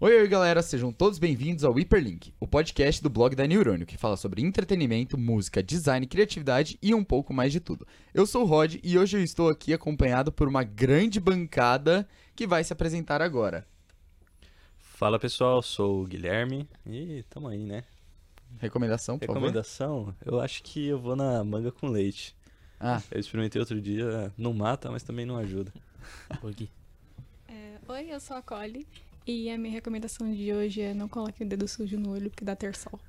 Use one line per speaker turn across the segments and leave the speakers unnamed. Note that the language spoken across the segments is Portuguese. Oi, oi, galera, sejam todos bem-vindos ao Hyperlink, o podcast do blog da Neurônio, que fala sobre entretenimento, música, design, criatividade e um pouco mais de tudo. Eu sou o Rod e hoje eu estou aqui acompanhado por uma grande bancada que vai se apresentar agora.
Fala pessoal, sou o Guilherme e tamo aí, né?
Recomendação, Então, por favor?
Recomendação, eu acho que eu vou na manga com leite.
Ah,
Eu experimentei outro dia, não mata, mas também não ajuda.
É, Oi, eu sou a Cole e a minha recomendação de hoje é não coloque o dedo sujo no olho porque dá terçol.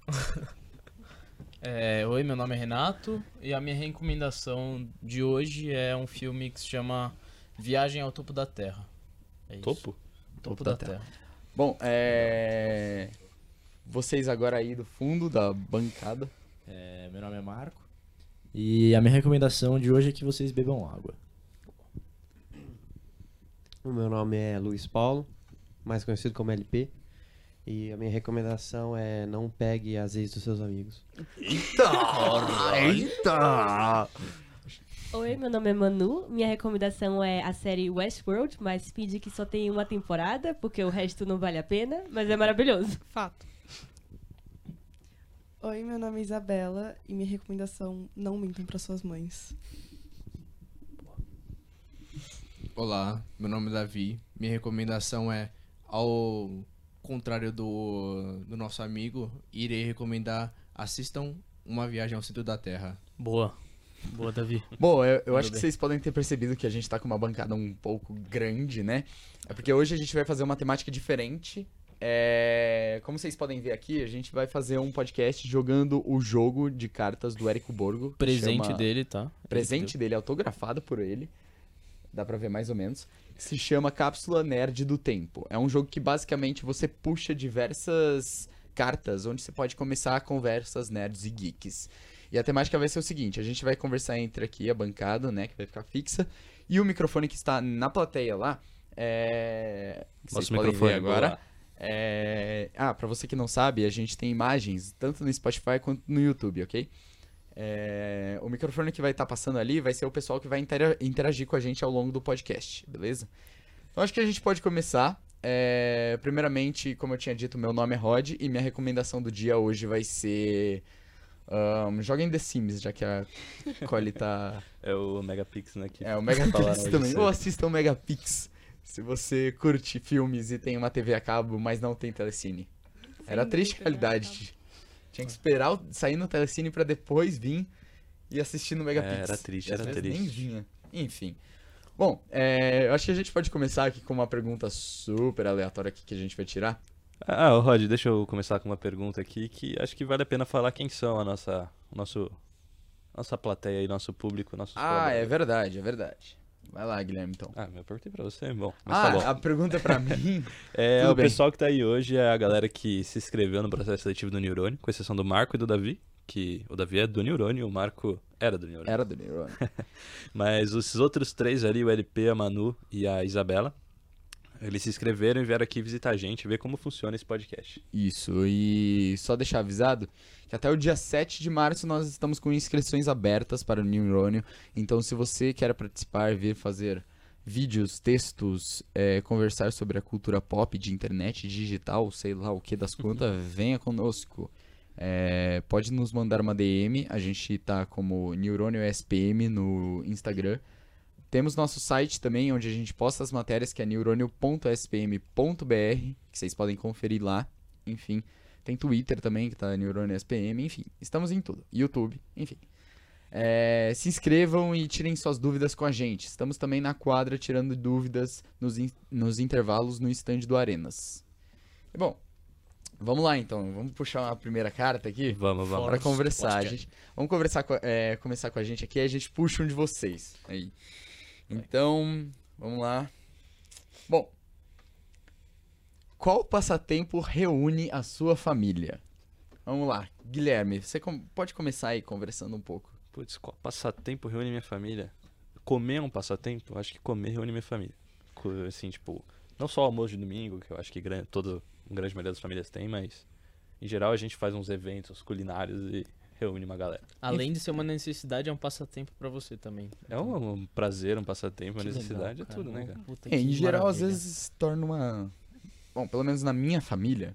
É, oi, meu nome é Renato e a minha recomendação de hoje é um filme que se chama Viagem ao Topo da Terra. É isso.
Topo?
Topo, da, Terra.
bom, é. Vocês agora aí do fundo da bancada.
É, meu nome é Marco. E a minha recomendação de hoje é que vocês bebam água.
O meu nome é Luiz Paulo, mais conhecido como LP. E a minha recomendação é não pegue as ex dos seus amigos.
Oi, meu nome é Manu. Minha recomendação é a série Westworld, mas speed que só tem uma temporada, porque o resto não vale a pena, mas é maravilhoso.
Fato.
Oi, meu nome é Isabela e minha recomendação não mintam para suas mães.
Olá, meu nome é Davi. Minha recomendação é, ao contrário do, do nosso amigo, irei recomendar assistam Uma Viagem ao Centro da Terra.
Boa. Boa, Davi.
Bom, eu, eu acho que
bem.
vocês podem ter percebido que a gente tá com uma bancada um pouco grande, né? É porque hoje a gente vai fazer uma temática diferente. É, Como vocês podem ver aqui, a gente vai fazer um podcast jogando o jogo de cartas do Érico Borgo. que
Presente
chama-
dele, tá?
Presente dele, autografado por ele. Dá pra ver mais ou menos. Que se chama Cápsula Nerd do Tempo. É um jogo que basicamente você puxa diversas cartas, onde você pode começar conversas nerds e geeks. E a temática vai ser o seguinte: a gente vai conversar entre aqui a bancada, né, que vai ficar fixa, e o microfone que está na plateia lá. É... que vocês
Nosso
podem ver
microfone
agora.
boa.
É, Ah, pra você que não sabe, a gente tem imagens tanto no Spotify quanto no YouTube, ok? É, O microfone que vai estar passando ali vai ser o pessoal que vai intera- interagir com a gente ao longo do podcast, beleza? Então acho que a gente pode começar. É, Primeiramente, como eu tinha dito, meu nome é Rod e minha recomendação do dia hoje vai ser. ahn, joguem The Sims, já que a Collie tá.
É o Megapix, né? Que
É, o Megapix
falaram hoje
também.
cedo.
Ou assistam o Megapix. Se você curte filmes e tem uma TV a cabo, mas não tem telecine. Era a
Sem
triste
dúvida, né?
realidade. Tinha que esperar o- sair no telecine pra depois vir e assistir no Megapix.
É, era triste,
E às
era
vezes
triste.
Nem vinha. Enfim. Bom, é, eu acho que a gente pode começar aqui com uma pergunta super aleatória aqui que a gente vai tirar.
Ah, ô, Rod, deixa eu começar com uma pergunta aqui que acho que vale a pena falar quem são a nossa, o nosso, nossa plateia aí, nosso público, nossos
Ah, é
colaboradores.
verdade, é verdade. Vai lá, Guilherme, então.
Ah, eu perguntei pra você, bom, mas tá
Ah,
bom.
a pergunta é pra mim.
É,
Tudo
o
bem.
pessoal que tá aí hoje é a galera que se inscreveu no processo seletivo do Neurônio, com exceção do Marco e do Davi, que o Davi é do Neurônio e o Marco era do Neurônio.
Era do Neurônio.
Mas os outros três ali, o LP, a Manu e a Isabela, eles se inscreveram e vieram aqui visitar a gente, ver como funciona esse podcast.
Isso, e só deixar avisado que até o dia 7 de março nós estamos com inscrições abertas para o Neurônio. Então, se você quer participar, vir fazer vídeos, textos, eh, conversar sobre a cultura pop de internet, digital, sei lá o que das quantas, venha conosco. Eh, pode nos mandar uma DM, a gente tá como Neurônio SPM no Instagram. Temos nosso site também, onde a gente posta as matérias, que é neurônio.spm.br, que vocês podem conferir lá. Enfim, tem Twitter também, que tá Neurônio SPM, enfim, estamos em tudo. YouTube, enfim. É, se inscrevam e tirem suas dúvidas com a gente. Estamos também na quadra tirando dúvidas nos, in- nos intervalos no stand do Arenas. É Bom, vamos lá então, vamos puxar a primeira carta aqui
Vamos, vamos.
para
Fora.
conversar. A
Podcast.
gente, vamos conversar com, a- é, começar com a gente aqui, aí a gente puxa um de vocês. Aí. Então, vamos lá. Bom, qual passatempo reúne a sua família? Vamos lá, Guilherme, você com- pode começar aí conversando um pouco.
Putz, qual passatempo reúne minha família? Comer é um passatempo? Acho que comer reúne minha família. Co- Assim, tipo, não só o almoço de domingo, que eu acho que gran- toda, a grande maioria das famílias tem, mas em geral a gente faz uns eventos culinários e reúne uma galera.
Além de ser uma necessidade, é um passatempo pra você também.
É um, um prazer, um passatempo, uma
Que legal,
necessidade, é
cara.
tudo, né,
Ô,
cara?
puta, que
É, em geral, às
maravilha.
vezes torna uma Bom, pelo menos na minha família,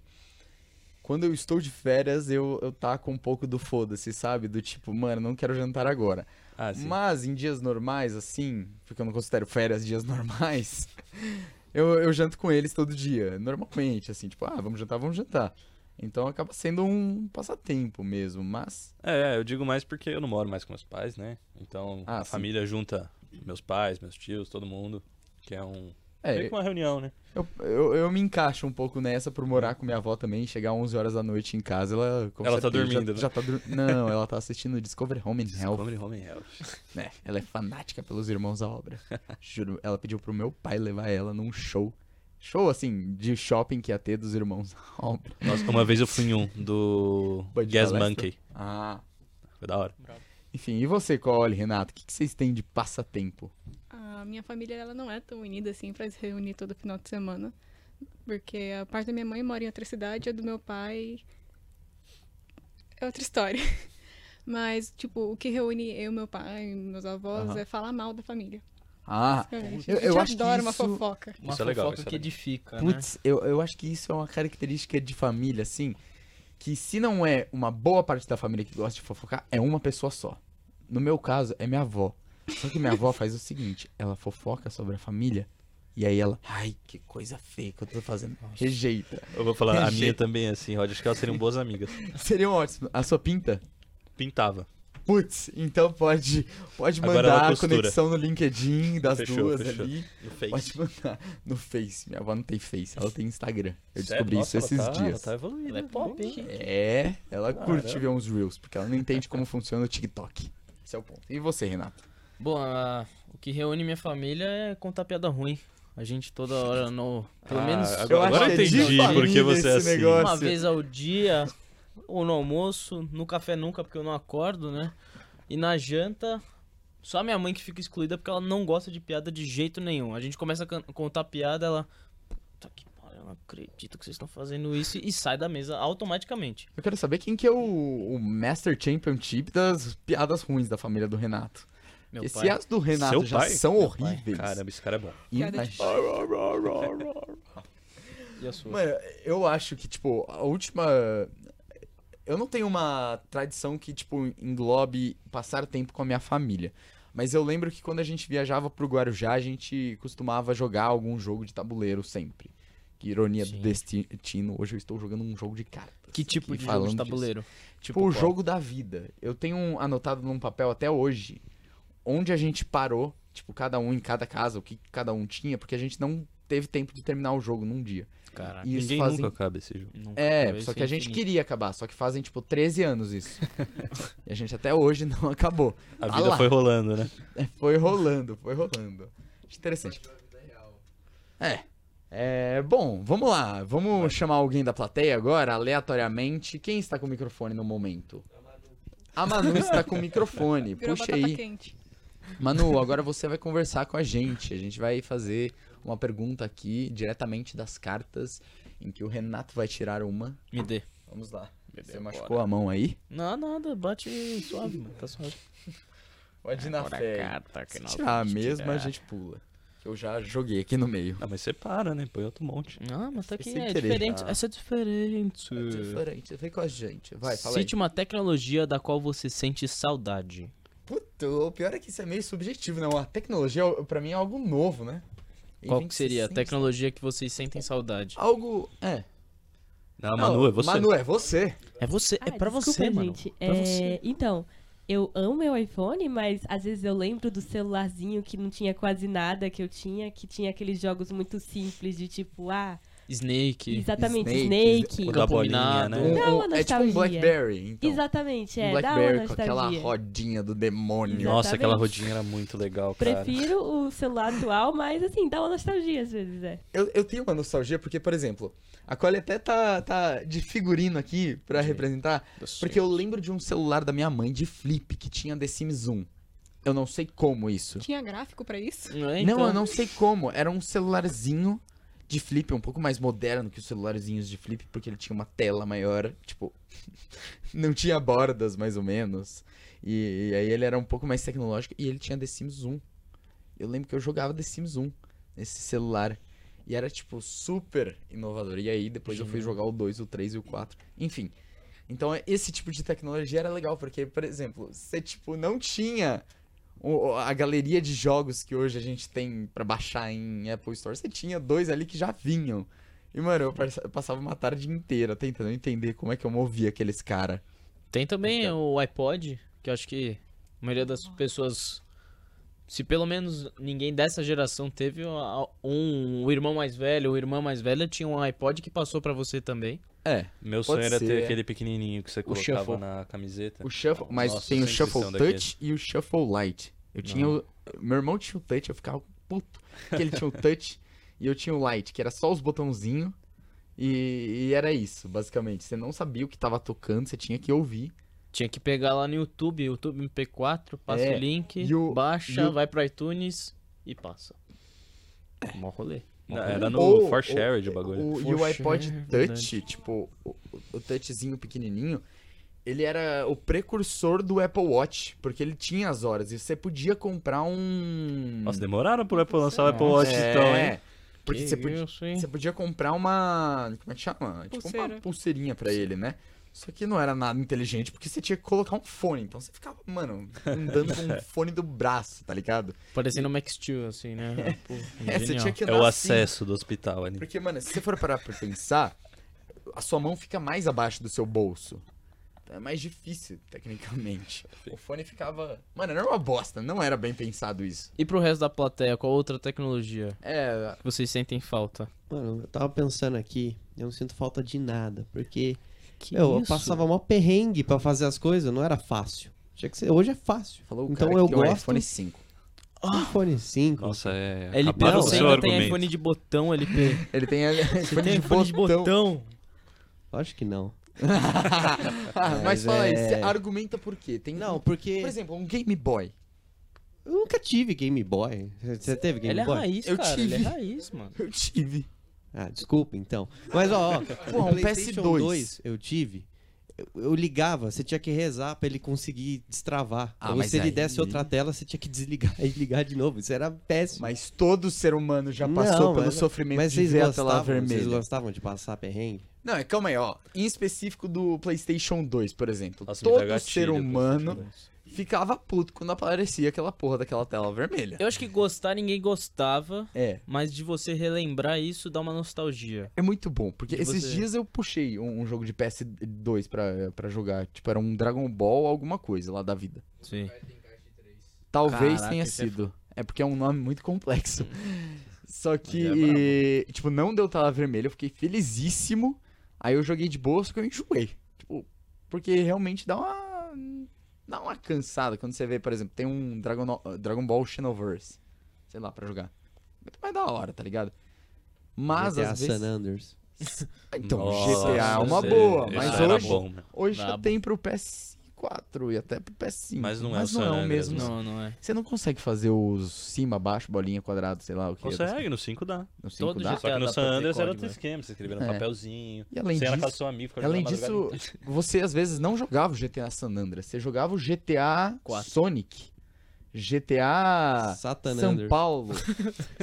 quando eu estou de férias, eu, eu taco um pouco do foda-se, sabe? Do tipo, mano, não quero jantar agora.
Ah, sim.
Mas em dias normais, assim, porque eu não considero férias dias normais, eu, eu janto com eles todo dia, normalmente, assim, tipo, ah, vamos jantar, vamos jantar. Então acaba sendo um passatempo mesmo, mas
É, é, eu digo mais porque eu não moro mais com meus pais, né? Então
Ah,
a
sim.
família junta meus pais, meus tios, todo mundo. Que é um. meio
é,
que uma reunião, né?
eu, eu, eu me encaixo um pouco nessa por morar com minha avó também, chegar 11 horas da noite em casa, ela com
Ela tá
certeza já-
dormindo, né?
já tá dur- Não, ela tá assistindo Discovery Home and Health.
Comedy Home and Health.
É, ela é fanática pelos irmãos à obra. Juro, ela pediu pro meu pai levar ela num show. Show, assim, de shopping que ia ter dos irmãos à obra.
Nossa, uma vez eu fui em um do
Bud
Gas
Palestra.
Monkey.
Ah.
Foi da hora.
Enfim, e você, Cole, Renato? O que, que vocês têm de passatempo?
A minha família ela não é tão unida assim pra se reunir todo final de semana. Porque a parte da minha mãe mora em outra cidade, a do meu pai é outra história. Mas, tipo, o que reúne eu, meu pai, meus avós
Aham.
é falar mal da família.
Ah,
basicamente.
eu-
A gente
eu acho que
adora uma
isso-
fofoca.
Uma
Isso é
fofoca
legal, isso é
que
legal.
edifica, né?
putz, eu, eu acho que isso é uma característica de família, assim, que se não é uma boa parte da família que gosta de fofocar, é uma pessoa só. No meu caso, é minha avó. Só que minha avó faz o seguinte, ela fofoca sobre a família, e aí ela, ai, que coisa feia que eu tô fazendo. Rejeita.
Eu vou falar, a
Rejeita.
minha também é assim, Rod. Acho que elas seriam boas amigas.
Seriam ótimos. A sua pinta?
Pintava.
Putz, então pode, pode
Agora ela
mandar a
costura.
conexão no LinkedIn das
Fechou,
duas
fechou.
ali.
No Face.
Pode mandar no Face. Minha avó não tem Face, ela tem Instagram. Eu
Sério?
descobri
Nossa,
isso esses
ela tá,
dias.
Ela tá evoluindo.
Ela é pop, hein?
É, ela
Caramba.
curte ver uns Reels, porque ela não entende como funciona o TikTok. Esse é o ponto. E você, Renato?
Bom, a- o que reúne minha família é contar piada ruim. A gente toda hora no. Pelo
Ah,
menos
agora,
acho
agora
que
eu
é de
entendi
família
porque você é
esse
assim.
negócio.
uma
Assim.
vez ao dia, ou no almoço, no café nunca, porque eu não acordo, né? E na janta, só minha mãe que fica excluída porque ela não gosta de piada de jeito nenhum. A gente começa a can- contar piada, ela. Puta que pariu, eu não acredito que vocês estão fazendo isso e sai da mesa automaticamente.
Eu quero saber quem que é o, o Master Championship das piadas ruins da família do Renato.
Meu
Porque se
pai.
as do Renato
Seu
já
pai?
são horríveis.
Caramba, esse cara é bom.
Piada
tipo,
de-
imagina-
E a sua?
Mano, eu acho que, tipo, a última. Eu não tenho uma tradição que, tipo, englobe passar tempo com a minha família. Mas eu lembro que quando a gente viajava pro Guarujá, a gente costumava jogar algum jogo de tabuleiro sempre. Que ironia do
Sim.
destino. Hoje eu estou jogando um jogo de cartas.
Que tipo
Aqui
de jogo
falando
de
disso.
tabuleiro?
Tipo, o jogo da vida. Eu tenho um- anotado num papel até hoje onde a gente parou, tipo, cada um em cada casa, o que cada um tinha, porque a gente não teve tempo de terminar o jogo num dia.
Caraca.
E eles
Ninguém
fazem-
nunca acaba esse jogo.
nunca
é,
acabei,
só
isso
que
é
a gente
infinito.
queria acabar, só que fazem tipo 13 anos isso. e a gente até hoje não acabou.
A
Tá
vida
lá.
foi rolando, né?
É, Foi rolando, foi rolando. Acho interessante. É. É, bom, vamos lá. Vamos chamar alguém da plateia agora, aleatoriamente. Quem está com o microfone no momento? A Manu está com o microfone.
Virou
Puxa
batata
aí.
quente.
Manu, agora você vai conversar com a gente. A gente vai fazer uma pergunta aqui diretamente das cartas, em que o Renato vai tirar uma.
Me dê.
Vamos lá. Você machucou a mão aí?
Não, nada, bate suave, mano. Tá suave.
Pode ir na fé. Se tirar a mesma, a gente pula. Eu já joguei aqui no meio.
é. Ah, mas você para, né? Põe outro monte.
Ah, mas tá aqui,
Sem
é
querer.
diferente.
Ah.
Essa é diferente.
É diferente, vem com a gente. Vai, fala
Cite
aí.
uma tecnologia da qual você sente saudade.
Puta, o pior é que isso é meio subjetivo, não. A tecnologia, pra mim, é algo novo, né?
Qual
Enfim,
que seria a
sim,
tecnologia que vocês sentem saudade?
Algo. É.
Não, Manu, é você.
Manu, é você.
É você, é
Ah,
pra
desculpa,
você, mano.
gente.
Pra
É,
você.
Então, eu amo meu iPhone, mas às vezes eu lembro do celularzinho que não tinha quase nada que eu tinha, que tinha aqueles jogos muito simples de tipo, ah,
É
Snake.
exatamente,
Snake,
Snake.
O da bolinha,
Dominado.
né?
Dá uma
é tipo um
nostalgia.
Blackberry, então.
Exatamente,
um
é, dá uma
Blackberry com aquela
nostalgia.
rodinha do demônio.
Nossa, aquela
Exatamente.
rodinha era muito legal, cara.
Prefiro o celular atual, mas assim, dá uma nostalgia às vezes, é.
Eu, eu tenho uma nostalgia porque, por exemplo, a Cole até tá, tá de figurino aqui pra representar, porque eu lembro de um celular da minha mãe de flip que tinha The Sims 1. Eu não sei como isso.
Tinha gráfico pra isso? Hum,
Não, é,
Não,
então?
eu não sei como. Era um celularzinho de flip, um pouco mais moderno que os celularzinhos de flip, porque ele tinha uma tela maior, tipo, não tinha bordas, mais ou menos. E, e aí ele era um pouco mais um. tecnológico e ele tinha The Sims 1. Eu lembro que eu jogava The Sims 1 nesse um, celular. E era, tipo, super inovador. E aí depois eu fui jogar o 2, o 3 e o 4. Enfim. Então é- esse tipo de tecnologia era legal, porque, por exemplo, você, tipo, não tinha o- a galeria de jogos que hoje a gente tem pra baixar em Apple Store. Você tinha dois ali que já vinham. E, mano, eu passa- eu passava uma tarde inteira tentando entender como é que eu movia aqueles cara.
Tem também
Então.
o iPod, que eu acho que a maioria das pessoas, se pelo menos ninguém dessa geração teve a- um, o irmão mais velho ou irmã mais velha tinha um iPod que passou pra você também.
É,
Meu
Pode
sonho era
ser,
ter
é.
aquele pequenininho que você
shuffle.
colocava na camiseta.
o Shuffle, mas
Nossa,
tem o
sempre
Shuffle
são
Touch
daqueles.
e o Shuffle Light. Eu tinha o, meu irmão tinha o Touch, eu ficava puto, porque ele tinha o Touch e eu tinha o Light, que era só os botãozinhos. E, e era isso, basicamente. Você não sabia o que tava tocando, você tinha que ouvir.
Tinha que pegar lá no YouTube, YouTube MP4, passa
É,
o link,
e o-
baixa,
e o-
vai pro iTunes e passa. Mó rolê.
Não, Era no
Ou-
For
ou-
Shared o bagulho.
O, e o
Poxa,
iPod
é
Touch,
verdade.
tipo, o, o touchzinho pequenininho, ele era o precursor do Apple Watch, porque ele tinha as horas e você podia comprar um.
Nossa, demoraram pro Apple lançar o Apple Watch
É,
então, hein?
Porque você podia,
isso, hein?
você podia comprar uma. Como é que chama? Tipo, uma
Pulseira.
pulseirinha pra ele, né? Só que não era nada inteligente, porque você tinha que colocar um fone. Então você ficava, mano, andando com um fone do braço, tá ligado?
Parecendo o Max Steel, assim, né? Pô,
É, você
genial.
tinha que
É
andar
o
assim,
acesso do hospital ali.
Porque, mano, se você for parar pra pensar, a sua mão fica mais abaixo do seu bolso. Então é mais difícil, tecnicamente. O fone ficava. Mano, era uma bosta, não era bem pensado isso.
E pro resto da plateia, qual outra tecnologia
É.
que vocês sentem falta?
Mano, eu tava pensando aqui, eu não sinto falta de nada, porque
Que
meu, eu passava mó perrengue pra fazer as coisas, não era fácil. Tinha que ser, hoje é fácil.
Falou o
então
cara
eu
que tem um
gosto
iPhone 5.
iPhone 5.
Nossa, é.
LP
acabaram
não
com o
você
seu
ainda tem
argumento.
iPhone de botão, LP.
Ele tem a-
Você
iPhone
tem
de
iPhone de
botão.
botão.
Acho Então, que não.
Ah, Mas
Mas
fala aí,
é-
você argumenta por quê? Tem...
Não,
Por
porque
exemplo, um Game Boy.
eu nunca tive Game Boy. Você teve Game
Ele é
Boy?
raiz,
Eu
cara. Ele é
tive.
raiz, mano.
Eu tive.
Ah, desculpa então. Mas ó, ó
Pô,
o
um
PlayStation
PS2.
2. eu tive. Eu, eu ligava, você tinha que rezar pra ele conseguir destravar.
Ah,
Ou
mas
se ele
aí-
desse outra tela, você tinha que desligar e ligar de novo. Isso era péssimo.
Mas todo ser humano já passou
Não,
pelo
mas- é-
sofrimento
Mas
de
vocês
ver a tela
gostavam, vocês
vermelha.
gostavam de passar perrengue?
Não, é calma aí, ó. Em específico do PlayStation 2, por exemplo.
Nossa, me dá
todo
gatilho,
ser humano
PlayStation dois.
ficava puto quando aparecia aquela porra daquela tela vermelha.
Eu acho que gostar ninguém gostava,
É,
mas de você relembrar isso dá uma nostalgia.
é muito bom. Porque
De
esses
você.
dias eu puxei um, um jogo de PS2 pra, pra jogar. Tipo, era um Dragon Ball alguma coisa lá da vida.
Sim.
Talvez
Caraca,
tenha
isso é Hum.
sido. É porque é um nome muito complexo. Só
Mas é
que, tipo, não deu tela vermelha, eu fiquei felizíssimo. Aí eu joguei de boa, só que eu enjoei. Tipo, porque realmente dá uma. Dá uma cansada quando você vê, por exemplo, tem um Dragon, Dragon Ball Xenoverse. Sei lá, pra jogar. Muito mais da hora, tá ligado? Mas
GTA
às
San
vezes.
Anders.
Então,
Nossa,
GTA é uma
esse-
boa,
esse
mas
era
hoje,
bom, mano.
hoje já
Brabo.
tem pro PS4 e até pro PS5.
Mas não é o
não
San
é o
Andreas, né?
mesmo
Não, não é.
você não consegue fazer os cima, baixo, bolinha, quadrado, sei lá o que. é
Consegue, no 5 dá.
No 5
Todo
dá.
jeito.
Só que no
dá
San
pra ter
Andreas era
código,
outro
né?
esquema, você escrevia no
É.
papelzinho.
E além
você era com a
disso-
sua amiga, ficava
Além
jogando a
disso,
madrugada
você às vezes não jogava o GTA San Andreas, você jogava o GTA
Quatro.
Sonic, GTA
Satan
São
Anders.
Paulo,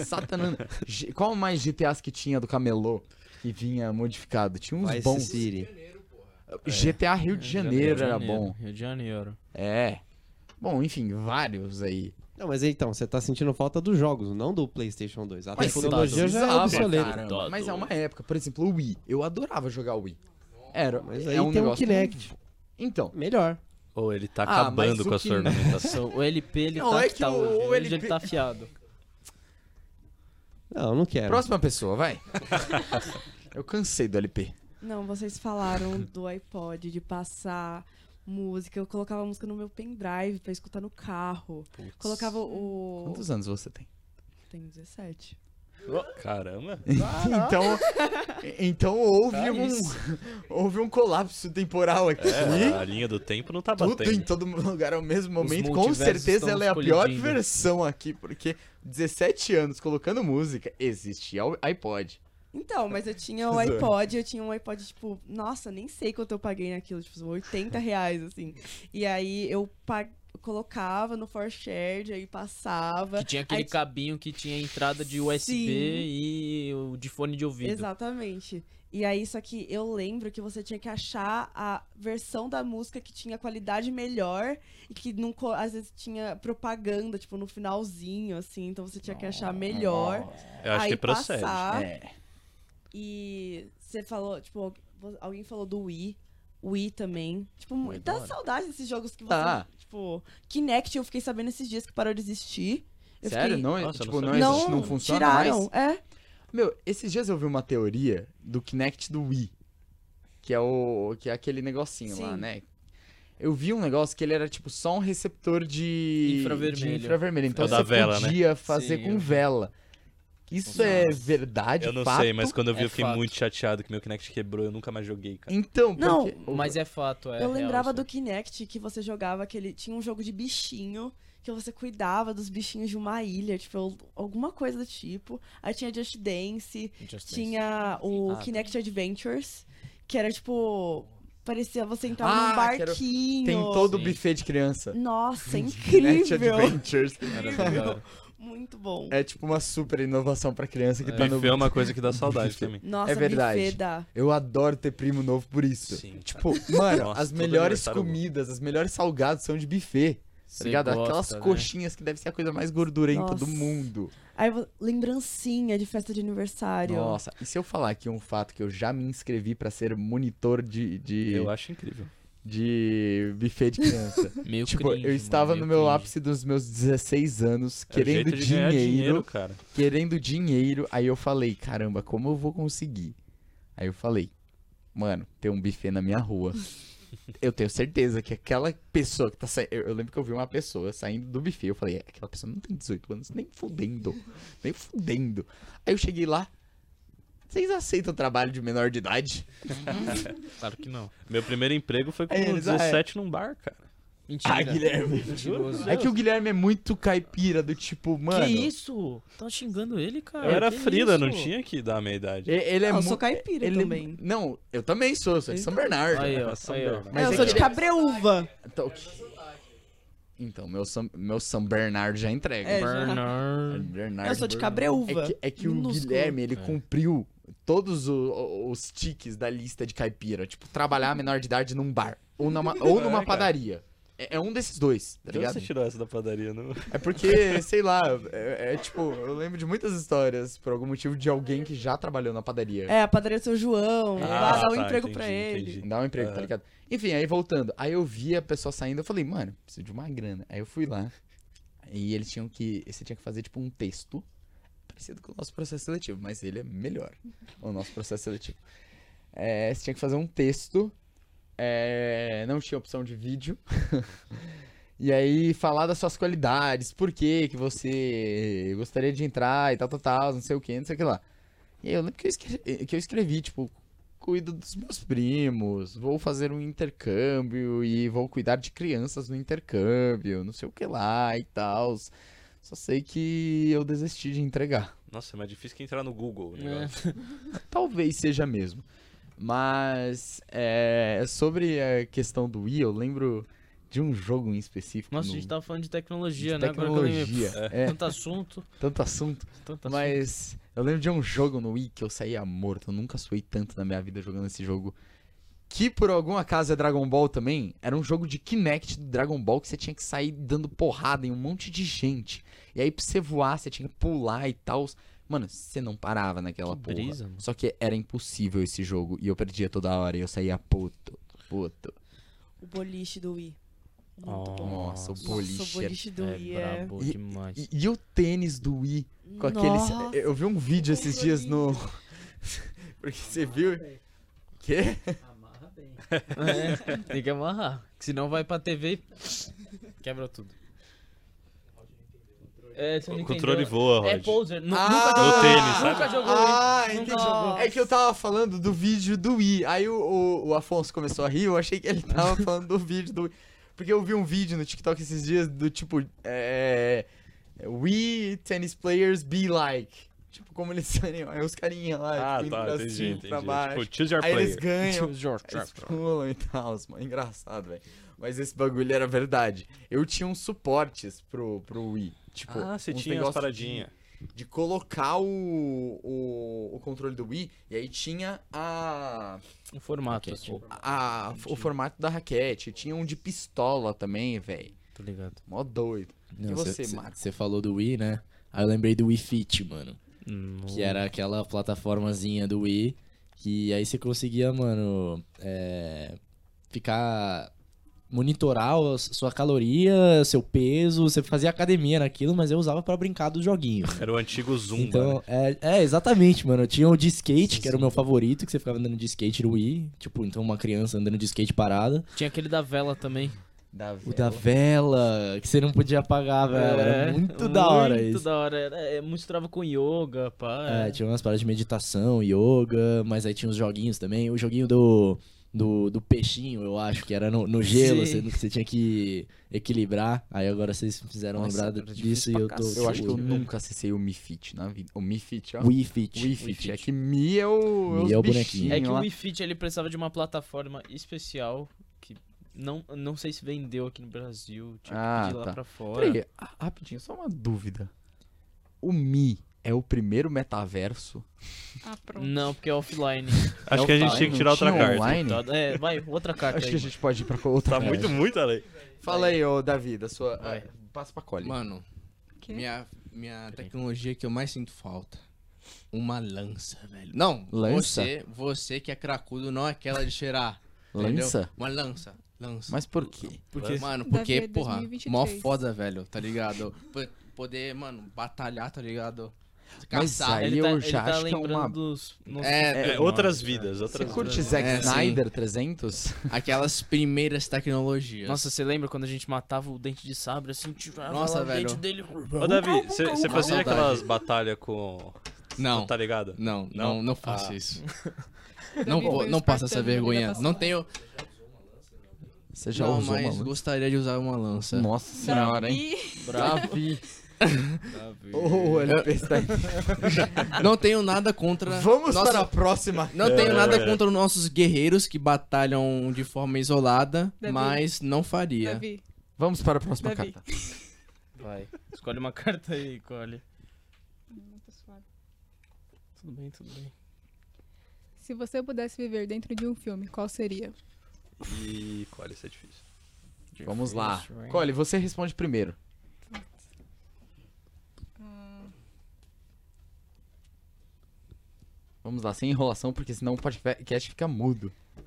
Satan Andreas. G- Qual mais GTAs que tinha do Camelô que vinha modificado? Tinha uns
Vice
bons.
City.
GTA Rio de
É, Rio
Janeiro
de
era bom.
Rio de Janeiro.
É. Bom, enfim, vários aí.
Não, mas então, você tá sentindo falta dos jogos, não do PlayStation 2. A
Mas
tecnologia já é
precisava,
obsoleta.
caramba. Mas é uma época, por exemplo, o Wii. Eu adorava jogar o Wii. Era,
Mas
é
aí
um
tem o
negócio que não-
Kinect.
Então,
Melhor.
Ou ele tá
Ah, mas
acabando
o
com a
que-
sua argumentação.
Então, o LP, ele
Não,
tá,
é que
tá
o-
hoje.
o
Hoje
LP
ele tá afiado.
Não, não quero.
próxima pessoa, vai. Eu cansei do LP.
Não, vocês falaram do iPod, de passar música. Eu colocava música no meu pendrive pra escutar no carro. Colocava o.
Quantos anos você tem?
Tenho 17.
Caramba.
Então, então houve,
Tá
um,
isso.
houve um colapso temporal aqui.
É, a linha do tempo não tá
Tudo em
batendo.
todo lugar ao mesmo momento. Com
multiversos
certeza
estão
ela é a pior
colidindo.
versão aqui, porque 17 anos colocando música, existia o iPod.
Então, mas eu tinha o
Zoa.
iPod, eu tinha um iPod, tipo, nossa, nem sei quanto eu paguei naquilo, tipo, 80 reais, assim. E aí eu, pa- colocava no For Shared, aí passava.
Que tinha aquele
Aí-
cabinho que tinha entrada de USB e o de fone de ouvido.
Exatamente. E aí, só que eu lembro que você tinha que achar a versão da música que tinha qualidade melhor e que não, co- às vezes tinha propaganda, tipo, no finalzinho, assim. Então você tinha que achar melhor.
Eu acho
aí
que procede.
passar.
É.
E você falou, tipo, algu- alguém falou do Wii. Wii também. Tipo,
é
mu- dá saudade desses jogos que você.
Tá.
Tipo, Kinect, eu fiquei sabendo esses dias que parou de existir. Eu
Sério?
fiquei-
Não,
Nossa,
tipo,
eu não
não,
sabia.
existe, não funciona
tiraram.
mais.
É.
Meu, esses dias eu vi uma teoria do Kinect do Wii, que é o que é aquele negocinho lá,
Sim.
né? Eu vi um negócio que ele era tipo só um receptor de
Infravermelho.
de infravermelho. Então
É o
você
da vela, né?
podia fazer
Sim, eu
com
vi.
vela. Isso é verdade,
Eu não
fato?
sei, mas quando eu vi
É
eu fiquei
fato.
muito chateado que meu Kinect quebrou, eu nunca mais joguei, cara.
Então,
Não,
porque...
Mas é fato, é.
eu
real
lembrava
isso
do Kinect que você jogava aquele. Tinha um jogo de bichinho que você cuidava dos bichinhos de uma ilha, tipo, eu- alguma coisa do tipo. Aí tinha Just Dance,
aí. Just
tinha o
Ah, tá.
Kinect Adventures, que era tipo. Parecia você entrar
Ah,
num
que era-
barquinho.
Tem todo o
Sim.
buffet de criança.
Nossa, é
Kinect
incrível!
Adventures.
Muito bom.
É tipo uma super inovação pra criança que tá no...
Buffet é uma coisa que dá saudade também.
Nossa,
É verdade.
buffet da-
Eu adoro ter primo novo por isso.
Sim.
Tipo, mano,
Nossa,
as
todo
melhores
aniversário é eu vou.
comidas, as melhores salgados são de buffet. Tá ligado? Aquelas
né?
coxinhas que deve ser a coisa mais gordurenta
Nossa.
do mundo.
Aí, vo- lembrancinha de festa de aniversário.
Nossa, e se eu falar aqui um fato que eu já me inscrevi pra ser monitor de, de,
Eu acho incrível.
de buffet de criança?
Meio
tipo,
cringe,
eu
mano,
estava
meio
no meu
cringe.
ápice dos meus 16 anos,
É o
querendo
jeito de ganhar
dinheiro,
dinheiro, cara.
querendo dinheiro. Aí eu falei, caramba, como eu vou conseguir? Aí eu falei, mano, tem um buffet na minha rua. Eu tenho certeza que aquela pessoa que tá saindo. Eu, eu lembro que eu vi uma pessoa saindo do buffet. Eu falei, "É, aquela pessoa não tem 18 anos, nem fudendo. Nem fudendo. Aí eu cheguei lá. Vocês aceitam trabalho de menor de idade?
Claro que não. Meu primeiro emprego foi com
É, eles-
17 num bar, cara.
Mentira.
Ah, Guilherme.
Mentiroso.
É que o Guilherme é muito caipira, do tipo, mano.
Que isso? Tão xingando ele, cara.
Eu era
que
Frida,
isso?
não tinha que dar a meia idade.
e- Ele é
Não, eu
mu-
sou caipira
ele-
também.
Não, eu também sou, sou de São Bernardo.
Aí, ó,
São
aí, ó.
Bernardo.
É,
Mas
eu
é
sou
que-
de Cabreúva.
Tá, ok. Então, meu São, meu São Bernardo já entrega.
É, já.
Bernard.
Bernardo.
Eu sou de Cabreúva.
É que, é que o
Minúsculo.
Guilherme, ele cumpriu todos o- o- os tiques da lista de caipira. Tipo, trabalhar a menor de idade num bar. Ou numa, ou
É,
numa
cara.
padaria. É, é um desses dois, tá
De onde
ligado?
você tirou essa da padaria? Não?
É porque, sei lá, é, é tipo, eu lembro de muitas histórias, por algum motivo, de alguém que já trabalhou na padaria.
É, a padaria do seu João.
Ah,
lá dá um
tá,
emprego
entendi,
pra ele.
entendi.
Dá um emprego, tá
Aham.
ligado? Enfim, aí voltando. Aí eu vi a pessoa saindo, eu falei, mano, preciso de uma grana. Aí eu fui lá. E eles tinham que. Você tinha que fazer, tipo, um texto. Parecido com o nosso processo seletivo, mas ele é melhor. o nosso processo seletivo. É, você tinha que fazer um texto. é, não tinha opção de vídeo. e aí falar das suas qualidades, por que que você gostaria de entrar e tal, tal, tal, não sei o que, não sei o que lá. E aí eu lembro que eu escrevi, que eu escrevi tipo, cuido dos meus primos, vou fazer um intercâmbio e vou cuidar de crianças no intercâmbio, não sei o que lá e tal. Só sei que eu desisti de entregar.
Nossa, é mais difícil que entrar no Google.
É.
É.
o negócio.
Talvez seja mesmo. Mas é, sobre a questão do Wii, eu lembro de um jogo em específico.
Nossa,
no-
a gente tava falando de tecnologia,
de
né? Agora que eu lembrei.
tecnologia.
Pff,
É,
Tanto assunto.
tanto assunto.
Tanto assunto.
Mas eu lembro de um jogo no Wii que eu saía morto. Eu nunca suei tanto na minha vida jogando esse jogo. Que por algum acaso é Dragon Ball também. Era um jogo de Kinect do Dragon Ball que você tinha que sair dando porrada em um monte de gente. E aí pra você voar, você tinha que pular e tal. Mano, você não parava naquela
Que
porra.
brisa, mano.
Só que era impossível esse jogo. E eu perdia toda hora. E eu saía puto, puto.
O boliche do Wii. É Muito
Oh,
bom.
Nossa,
Nossa,
o
Nossa, o
boliche. era-
boliche do Wii é...
brabo
E-
demais.
E, e o tênis do Wii? Com aqueles.
Nossa.
Eu vi um vídeo esses dias no. Porque você viu. Quê?
É, tem que amarrar. que Senão vai pra TV e quebra tudo. É, você não
O
entendeu.
controle voa, Rod.
É poser. Nu-
Ah!
nunca
No
jogou.
tênis, sabe?
Nunca jogou.
Ah,
nunca
entendi.
jogou.
É que eu tava falando do vídeo do Wii. Aí o, o, o Afonso começou a rir, eu achei que ele tava falando do vídeo do Wii. Porque eu vi um vídeo no TikTok esses dias do tipo. É. Wii tennis players be like. Tipo, como eles seriam. Aí os carinha lá,
Ah,
tipo, indo
tá,
pra
entendi,
cima,
entendi.
pra baixo.
Tipo, choose your
Aí eles
player.
ganham.
Jorge,
Eles pulam e tal, mano. Engraçado, velho. Mas esse bagulho era verdade. Eu tinha uns suportes pro, pro Wii. Tipo,
ah, você
uns
tinha as
negócios de-
paradinhas.
de colocar o, o, o controle do Wii e aí tinha a,
O formato.
Raquete.
assim.
a- o formato da raquete, tinha um de pistola também, velho.
Tô ligado.
Mó doido. E você, Marco?
Você falou do Wii, né? Aí eu lembrei do Wii Fit, mano. Que
Que
era aquela plataformazinha do Wii. Que aí você conseguia, mano, é, ficar. monitorar a sua caloria, seu peso. Você fazia academia naquilo, mas eu usava pra brincar do joguinho.
Era o antigo Zumba. né?
Então, é, é, exatamente, mano. Eu tinha o de skate,
Sim,
que era o
sim.
meu favorito, que você ficava andando de skate no Wii. Tipo, então uma criança andando de skate parada.
Tinha aquele da vela também.
Da
O da vela, que você não podia apagar, velho. Era muito, da hora
É, Muito
isso.
da hora. Era, é, misturava com yoga, pá.
É, tinha umas paradas de meditação, yoga, mas aí tinha os joguinhos também. O joguinho do, do, do peixinho, eu acho, que era no, no gelo, você,
Sim.
você tinha que equilibrar. Aí agora vocês me fizeram
Nossa,
lembrar
era
disso e eu tô.
Eu acho que eu
tipo,
nunca acessei o Mi Fit na vida. O Mi Fit, ó.
Wii Fit.
Wii Fit. É que Mi é o.
Mi
os
é o
bichinhos
bonequinho.
É que o
lá.
Wii Fit ele precisava de uma plataforma especial que não, não sei se vendeu aqui no Brasil, tinha
Ah,
que pedir
tá.
lá pra fora.
Peraí, ra- rapidinho, só uma dúvida. O Mi é o primeiro metaverso?
Ah, pronto.
Não, porque é offline.
Acho que a gente tinha que tirar outra
Não tinha
carta.
online?
Tá- É, vai, outra carta
Acho
aí.
que a gente pode ir pra outra.
Tá
carta.
muito, muito além.
Fala aí, ô Davi, da sua.
Vai.
ah, Passa pra colhe.
Mano,
Quê?
minha, minha tecnologia que eu mais sinto falta. Uma lança, velho. Não,
Lança?
Você, você que é cracudo, não é aquela de cheirar. entendeu?
Lança?
Uma lança. Lança.
Mas por quê?
Porque
Mano,
Davi
porque,
é
porra,
2023.
mó foda, velho, tá ligado? Po- Poder, mano, batalhar, tá ligado?
Mas
Caçar.
aí
Ele tá,
eu
ele
já
tá
acho que é
lembrando
uma-
dos nossos-
É,
É, outras vidas,
Você
outras
curte
vidas.
Zack
É, sim.
Snyder 300?
aquelas primeiras tecnologias.
Nossa, você lembra quando a gente matava o dente de sabre assim, tirava
Nossa,
lá o
velho.
dente dele.
Ô, Davi, você
uca.
fazia
Saudade.
aquelas batalhas com.
não,
Tá ligado?
não,
Não?
não, não faço
Ah.
isso.
Davi
Não,
foi
vou,
o
não passa essa
espartano da vida
vergonha.
passada.
Não tenho.
Você já
Não,
usou uma
mas
lança?
gostaria de usar uma lança.
Nossa senhora, hein?
Ih,
Davi. Ô, oh, LP está aí.
Não tenho nada contra.
Vamos
nossa-
para a próxima.
Não
É.
tenho nada contra os nossos guerreiros que batalham de forma isolada,
Davi.
mas não faria.
Davi,
Vamos para a próxima
Davi.
carta.
Vai. Escolhe uma carta aí, colhe.
Muito tá suave.
Tudo bem, tudo bem.
Se você pudesse viver dentro de um filme, qual seria?
E. Olha, isso é difícil.
Vamos lá.
First round.
Cole, você responde primeiro. Vamos lá, sem enrolação, porque senão o podcast fica mudo.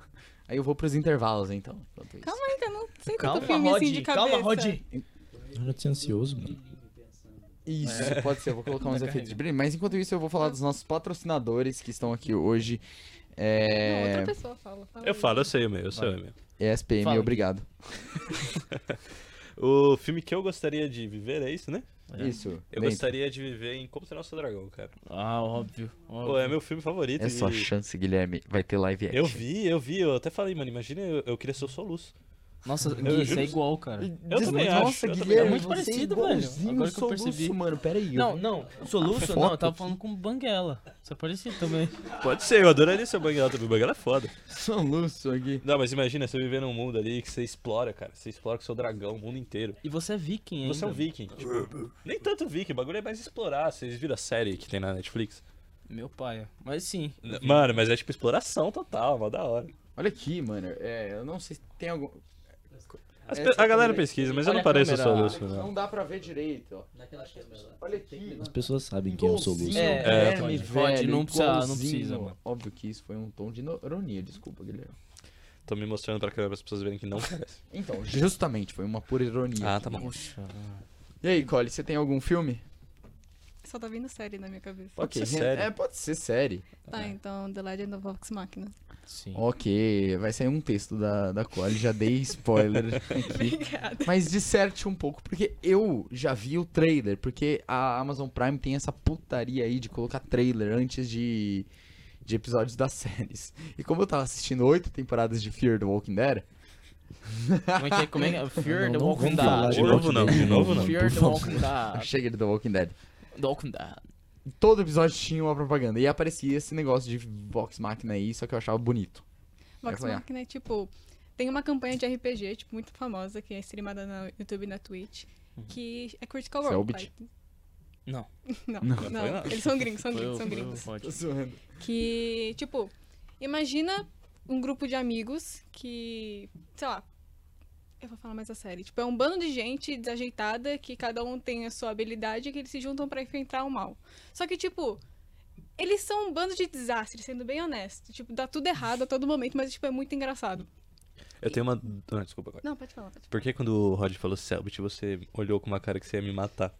Aí eu vou pros intervalos, então. enquanto isso.
Calma aí, que eu não sei
Calma,
tanto filme assim
Rod.
de
Calma,
cabeça.
Rod.
Eu já tinha ansioso, mano.
Isso,
É.
pode ser. Eu vou colocar uns efeitos de brilho. Mas enquanto isso, eu vou falar dos nossos patrocinadores que estão aqui hoje.
Não,
É...
outra pessoa fala. fala
Eu
aí.
falo, eu sei o meu, eu sei o meu.
ESPM,
Fala.
obrigado.
O filme que eu gostaria de viver é isso, né?
É.
Isso.
Eu
Bento,
gostaria de viver em Como Treinar o Seu Dragão, cara.
Ah, óbvio. óbvio.
Pô, é meu filme favorito.
É só
e-
chance, Guilherme. Vai ter live action.
Eu vi, eu vi, eu até falei, mano, imagina eu, eu queria ser o Soluço.
Nossa, Gui, isso
juro-
é igual, cara.
Eu também acho,
Nossa,
eu também
Guilherme,
acho.
Muito
você
parecido,
é
velho.
igualzinho
Agora
o
que eu
Soluço,
percebi.
mano. Pera aí. eu
Não,
vi-
não, soluço não,
foto
eu tava falando com Banguela. Você parecia também.
Pode ser, eu adoraria ser o Banguela também, o Banguela é foda.
Soluço um aqui.
Não, mas imagina você viver num mundo ali que você explora, cara. Você explora com o seu dragão o mundo inteiro.
E você é viking ainda.
Você é um viking. Tipo, nem tanto viking, o bagulho é mais explorar. Vocês viram a série que tem na Netflix?
Meu pai. Mas sim.
Mano, mas é tipo exploração total, mó da hora.
Olha aqui, mano. É, eu não sei se tem algum. É,
As
Essa
pe- a galera
câmera-
pesquisa, mas eu
Olha
não
a
pareço né? o
câmera.
Soluço, não.
Não dá pra ver direito, ó. Olha aqui.
As pessoas sabem quem é o soluço.
Igualzinho,
É,
Guilherme,
pode,
velho,
pode, não precisa- não
igualzinho.
precisa, mano.
Óbvio que isso foi um tom de ironia, desculpa, Guilherme.
Tô me mostrando pra câmera as pessoas verem que não parece.
Então, justamente, foi uma pura ironia.
Ah, tá bom.
Poxa.
E aí, Cole, você tem algum filme?
Só tá vindo série na minha cabeça.
Pode
Ok,
ser
Ren-
série.
É, pode ser série.
Tá, então The Legend of Vox Machina.
Sim.
Ok, vai sair um texto da, da Cole, já dei spoiler aqui. Mas disserte um pouco, porque eu já vi o trailer, porque a Amazon Prime tem essa putaria aí de colocar trailer antes de, de episódios das séries. E como eu tava assistindo oito temporadas de Fear the Walking Dead,
Como é que é? Como é que é? Fear
Não,
the
não
Walking
vamos falar
Dead.
De novo não, de novo não.
Fear
por
the
favor.
Walking Dead.
chega de The Walking Dead.
The Walking Dead.
Todo episódio tinha uma propaganda e aparecia esse negócio de Vox Machina aí, só que eu ah, achava bonito.
Vox
Vai ganhar.
Machina é tipo Tem uma campanha de RPG, tipo, muito famosa, que é streamada no YouTube e na Twitch,
Uhum.
que é Critical
Isso é
Role.
Hobbit?
tá?
Não.
Não,
Não.
não.
Não foi, não.
Eles são gringos, são
Foi
gringos,
o-
são
foi o
gringos.
Rod.
Tô zoando.
Que, tipo, imagina um grupo de amigos que, sei lá, eu vou falar mais a série. Tipo, é um bando de gente desajeitada que cada um tem a sua habilidade e que eles se juntam pra enfrentar o mal. Só que, tipo, eles são um bando de desastres, sendo bem honesto. Tipo, dá tudo errado a todo momento, mas, tipo, é muito engraçado.
Eu tenho uma. Ah, desculpa, agora.
Não, pode falar, pode falar.
Por que quando o Rod falou Selbit, você olhou com uma cara que você ia me matar?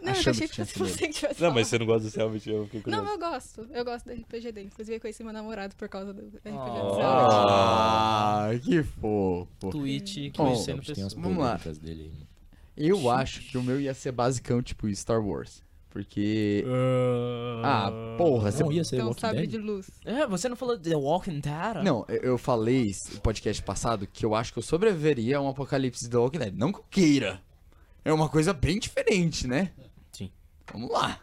Não, eu
Achando
achei que
que tinha
fosse você que tivesse
Não,
falado.
mas você não gosta do Selbit, eu fiquei curioso.
Não, eu gosto. Eu gosto da RPG dele. Inclusive, eu conheci meu namorado por causa do RPG do
Oh.
Zelda.
Ah, que fofo.
Twitch,
Bom,
conhecendo
Tem umas
pessoas.
Vamos lá.
polêmicas dele aí. né?
Eu acho que o meu ia ser basicão, tipo Star Wars. Porque. Ah, porra, você. é
Não ia ser
Então,
Walking
sabre
Dead?
de luz.
É, você não falou The Walking Dead?
Não, eu- eu falei isso no podcast passado que eu acho que eu sobreviveria a um apocalipse do Walking Dead. Não que eu queira. É uma coisa bem diferente, né?
Sim.
Vamos lá.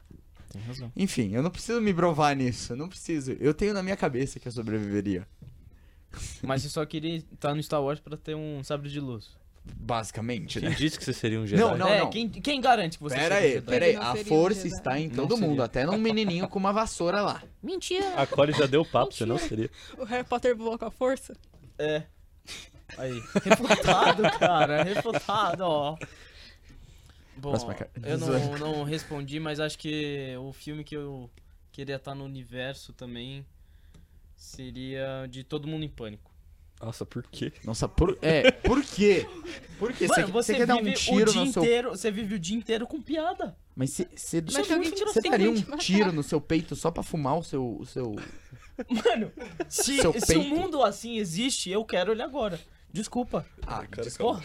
Tem razão.
Enfim, eu não preciso me provar nisso. eu Não preciso. Eu tenho na minha cabeça que eu sobreviveria.
Mas você só queria estar no Star Wars pra ter um sabre de luz.
Basicamente,
Quem
né?
disse que você seria um Jedi?
Não, não.
é, Quem, quem garante que você
Pera
seja
aí,
Jedi?
pera aí.
Não
A
seria um
força
Jedi.
está em
Não
todo mundo,
seria.
até num menininho com uma vassoura lá.
Mentira!
A Core já deu papo, você não seria.
O Harry Potter voou com a força?
É. Aí. Refutado, cara. Refutado, ó. Bom,
Próxima ca-
eu não, não respondi, mas acho que o filme que eu queria estar no universo também seria de Todo Mundo em Pânico.
Nossa, por quê?
Nossa, por. É, por quê? Por quê?
Mano,
você quer dar um
vive
tiro
o dia
no seu.
inteiro, você vive o dia inteiro com piada.
Mas você. Você
Mas se alguém te
você
tem
daria
que
um
te matar.
tiro no seu peito só pra fumar o seu. O seu...
Mano, se,
Seu
se um
peito.
mundo assim existe, eu quero ele agora. Desculpa.
Ah,
Porra.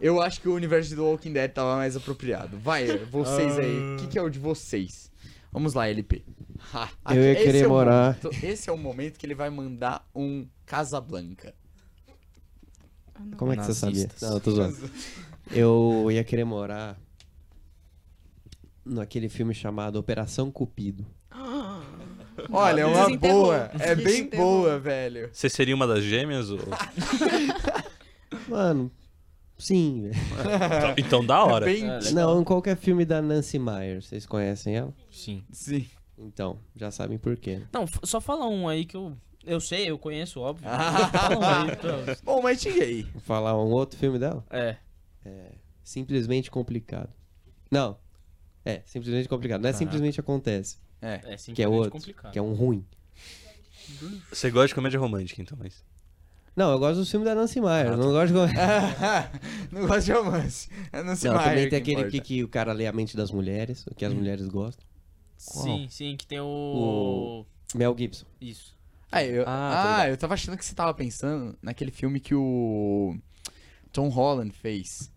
Eu acho que o universo do Walking Dead tava mais apropriado. Vai, vocês aí.
Ah.
Ah.
O que, que é o de vocês? Vamos lá, LP. Ha, aqui-
Eu ia
esse
querer
é o
morar.
momento- esse é o momento que ele vai mandar um Casablanca.
Ah, não.
Como é que você sabia?
Nazistas.
Não, eu tô zoando. Eu ia querer morar naquele filme chamado Operação Cupido.
Ah,
Olha, é uma
Desenterrou.
boa. É bem
Desenterrou.
boa, velho.
Você seria uma das gêmeas? Ou...
Mano, sim, velho.
Então- então, da hora.
Bem...
É,
Não, em qualquer filme da Nancy Myers. Vocês conhecem ela?
Sim.
Sim.
Então, já sabem por quê. né?
Não, f- só fala um aí que eu. Eu sei, eu conheço, óbvio. fala um aí pra...
Ah. Bom, mas diga aí.
Vou falar um outro filme dela?
É.
Simplesmente complicado. Não. É, simplesmente complicado. Não é simplesmente acontece.
É
Que é outro.
complicado.
Que é um ruim.
Você gosta de comédia romântica, então, mas. Ah, tá.
Não, eu gosto dos filmes da Nancy Myers. não gosto de.
não gosto de romance. Eu não sei
Não,
mais
também tem
o que
aquele que,
importa. Hum.
que o cara lê a mente das mulheres, o que as mulheres gostam.
Sim, sim, que tem o.
Mel Gibson.
Isso.
Ah, eu,
Ah, tá
ah,
ligado.
eu tava achando que você tava pensando naquele filme que o Tom Holland fez.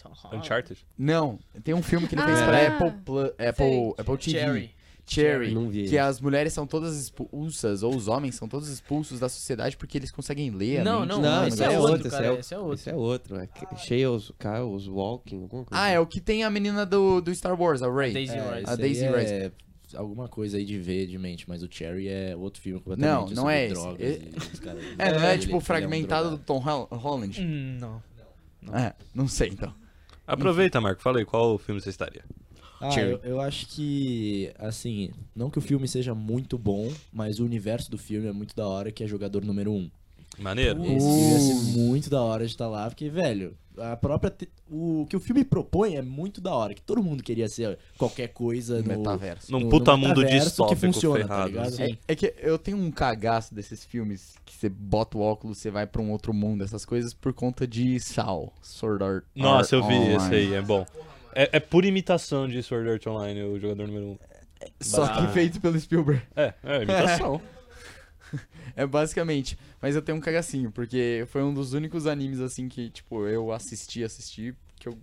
Tom Holland.
Uncharted?
Não, tem um filme que ele fez
Ah,
pra Apple, Plus, Apple, Apple TV.
Cherry.
Cherry.
Não vi
Que
esse.
as mulheres são todas expulsas, ou os homens são todos expulsos da sociedade porque eles conseguem ler. a
Não,
mente
não,
do
não,
mundo.
esse é
esse é
outro,
outro, esse é
cara.
outro.
Esse é outro.
Esse é outro, é que- Chaos, Chaos Walking, alguma coisa.
Ah, é o que tem a menina do, do Star Wars, a Rey.
Daisy
É,
Ridley.
isso
a
aí
Daisy
é alguma coisa aí de ver de mente, mas o Cherry é outro filme completamente
Não, não
sobre
é esse.
drogas
É-
e os caras-
É, não é,
Ele- ele
tipo
um
fragmentado do
drogado.
Tom Hol- Holland?
Hum, Não.
É, não sei então.
Aproveita, Marco. Fala aí, qual filme você estaria?
Ah,
Cherry.
eu, eu acho que, assim, não que o filme seja muito bom, mas o universo do filme é muito da hora, que é jogador número um.
Maneiro?
Esse filme ia ser muito da hora de estar lá, porque, velho, a própria. te- O que o filme propõe é muito da hora, que todo mundo queria ser qualquer coisa no.
Metaverso.
Num
no
puta mundo
metaverso que
distópico
funciona, tá
ferrado.
ligado?
assim.
É, é que eu tenho um cagaço desses filmes que você bota o óculos, você vai pra um outro mundo, essas coisas, por conta de Sal, Sword Art.
Nossa, eu
Art
vi
Online.
esse aí, é bom. É, é pura imitação de Sword Art Online, o jogador número 1. Um.
Só que feito pelo Spielberg.
É, é imitação.
É basicamente. Mas eu tenho um cagacinho, porque foi um dos únicos animes assim que, tipo, eu assisti, assisti, que eu,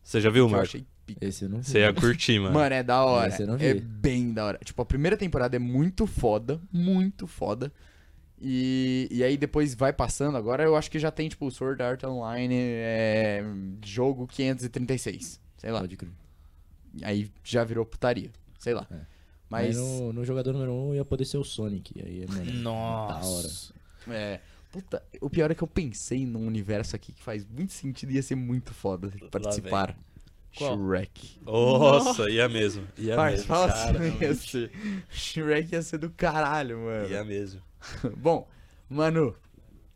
Você já viu,
que eu
Marco?
achei pica.
Esse eu não vi.
Você ia curtir, mano.
Mano, é da hora.
Esse eu não vi.
É bem da hora. Tipo, a primeira temporada é muito foda, muito foda. E, e aí depois vai passando. Agora eu acho que já tem, tipo, Sword Art Online, é, jogo 536. Sei lá.
Pode crer.
Aí já virou putaria. Sei lá.
É. Mas
Mas.
no, no jogador número 1 um, ia poder ser o Sonic, aí é, mano,
Nossa.
da hora.
É. Puta, o pior é que eu pensei num universo aqui que faz muito sentido e ia ser muito foda de
Lá
participar.
Qual?
Shrek.
Nossa, ia mesmo. Ia
Parça,
é mesmo.
fala
cara,
assim, ia ser. Shrek ia ser do caralho, mano.
ia é mesmo.
Bom, Manu,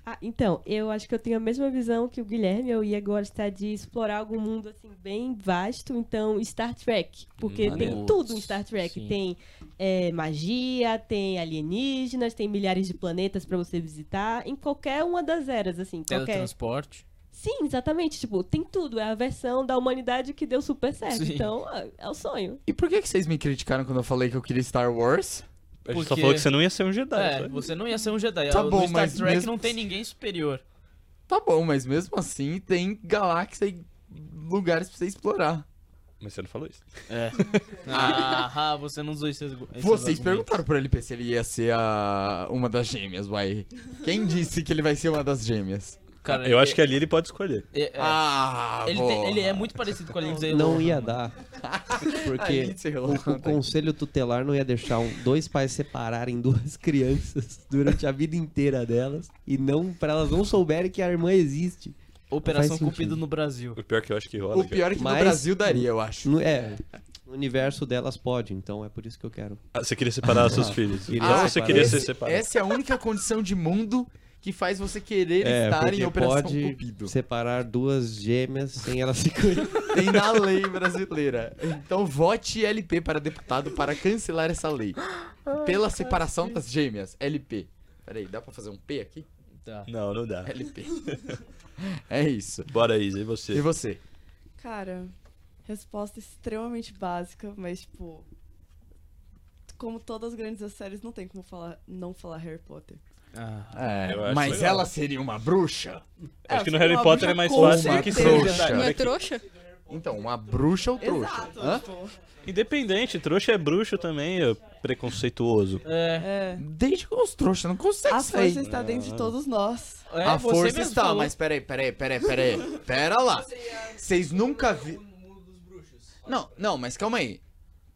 Ah, então, eu acho que eu tenho a mesma visão que o Guilherme. Eu ia gostar de explorar algum mundo assim bem vasto. Então, Star Trek. Porque
Maneiro.
tem tudo em Star Trek.
Sim.
Tem é, magia, tem alienígenas, tem milhares de planetas pra você visitar. Em qualquer uma das eras, assim. Qualquer...
Teletransporte.
Sim, exatamente. Tipo, tem tudo. É a versão da humanidade que deu super certo.
Sim.
Então, ah, é o sonho.
e por que, que vocês me criticaram quando eu falei que eu queria Star Wars?
A gente só
Porque-
falou que você não ia ser um Jedi.
É,
só.
você não ia ser um Jedi.
Tá
no
bom,
Star
mas
Trek
mesmo- assim-
não tem ninguém superior.
Tá bom, mas mesmo assim tem galáxia e lugares pra você explorar.
Mas você não falou isso.
É. ah, é você não usou esses, esses
Vocês
argumentos.
perguntaram pra ele se ele ia ser a... uma das gêmeas, vai. Quem disse que ele vai ser uma das gêmeas?
Cara,
Eu acho que ali ele pode escolher.
É, é.
Ah,
ele,
pô.
tem- ele é muito parecido com né? a Lindsay
Não
Lohan,
ia
mano.
dar.
Aí,
Porque
sei lá,
o, o conselho tutelar não ia deixar um- dois pais separarem duas crianças durante a vida inteira delas e não para elas não souberem que a irmã existe.
Operação
Faz sentido.
Cupido no Brasil.
O pior que eu acho que rola.
O pior é que no
Mas-
Brasil daria, eu acho.
No- É, no universo delas pode, então é por isso que eu quero.
Ah, você queria separar seus filhos.
Queria
Então
Ah,
você
separar.
queria ser
esse-
separado.
Essa é a única condição de mundo que faz você querer
É,
estar em
porque
Operação
pode
Cupido.
separar duas gêmeas sem elas se conhecerem.
Tem na lei brasileira. Então vote LP para deputado para cancelar essa lei. Pela separação das gêmeas. LP. Peraí, dá pra fazer um P aqui?
Tá.
Não, não dá.
LP. É isso.
Bora, Isa, e
E
você?
você?
Cara, resposta extremamente básica, mas tipo. Como todas as grandes séries, não tem como falar, não falar Harry Potter.
Ah.
É,
Eu acho
mas
legal.
ela seria uma bruxa?
Acho que no
uma
Harry Potter
bruxa
é mais
com
fácil do que ser um
certeza.
Jedi.
Não
Olha
é
aqui.
trouxa?
Então, uma bruxa ou trouxa?
Exato,
Hã?
tipo,
Independente, trouxa é bruxo também, é preconceituoso.
É,
É.
Desde que os trouxas não conseguem
A
sair.
força está dentro
Ah,
Ah.
de todos nós.
é,
a
você
força
mesmo
está,
falou.
mas peraí, peraí, peraí, peraí. Pera lá. Vocês nunca vi. Não, não, mas calma aí.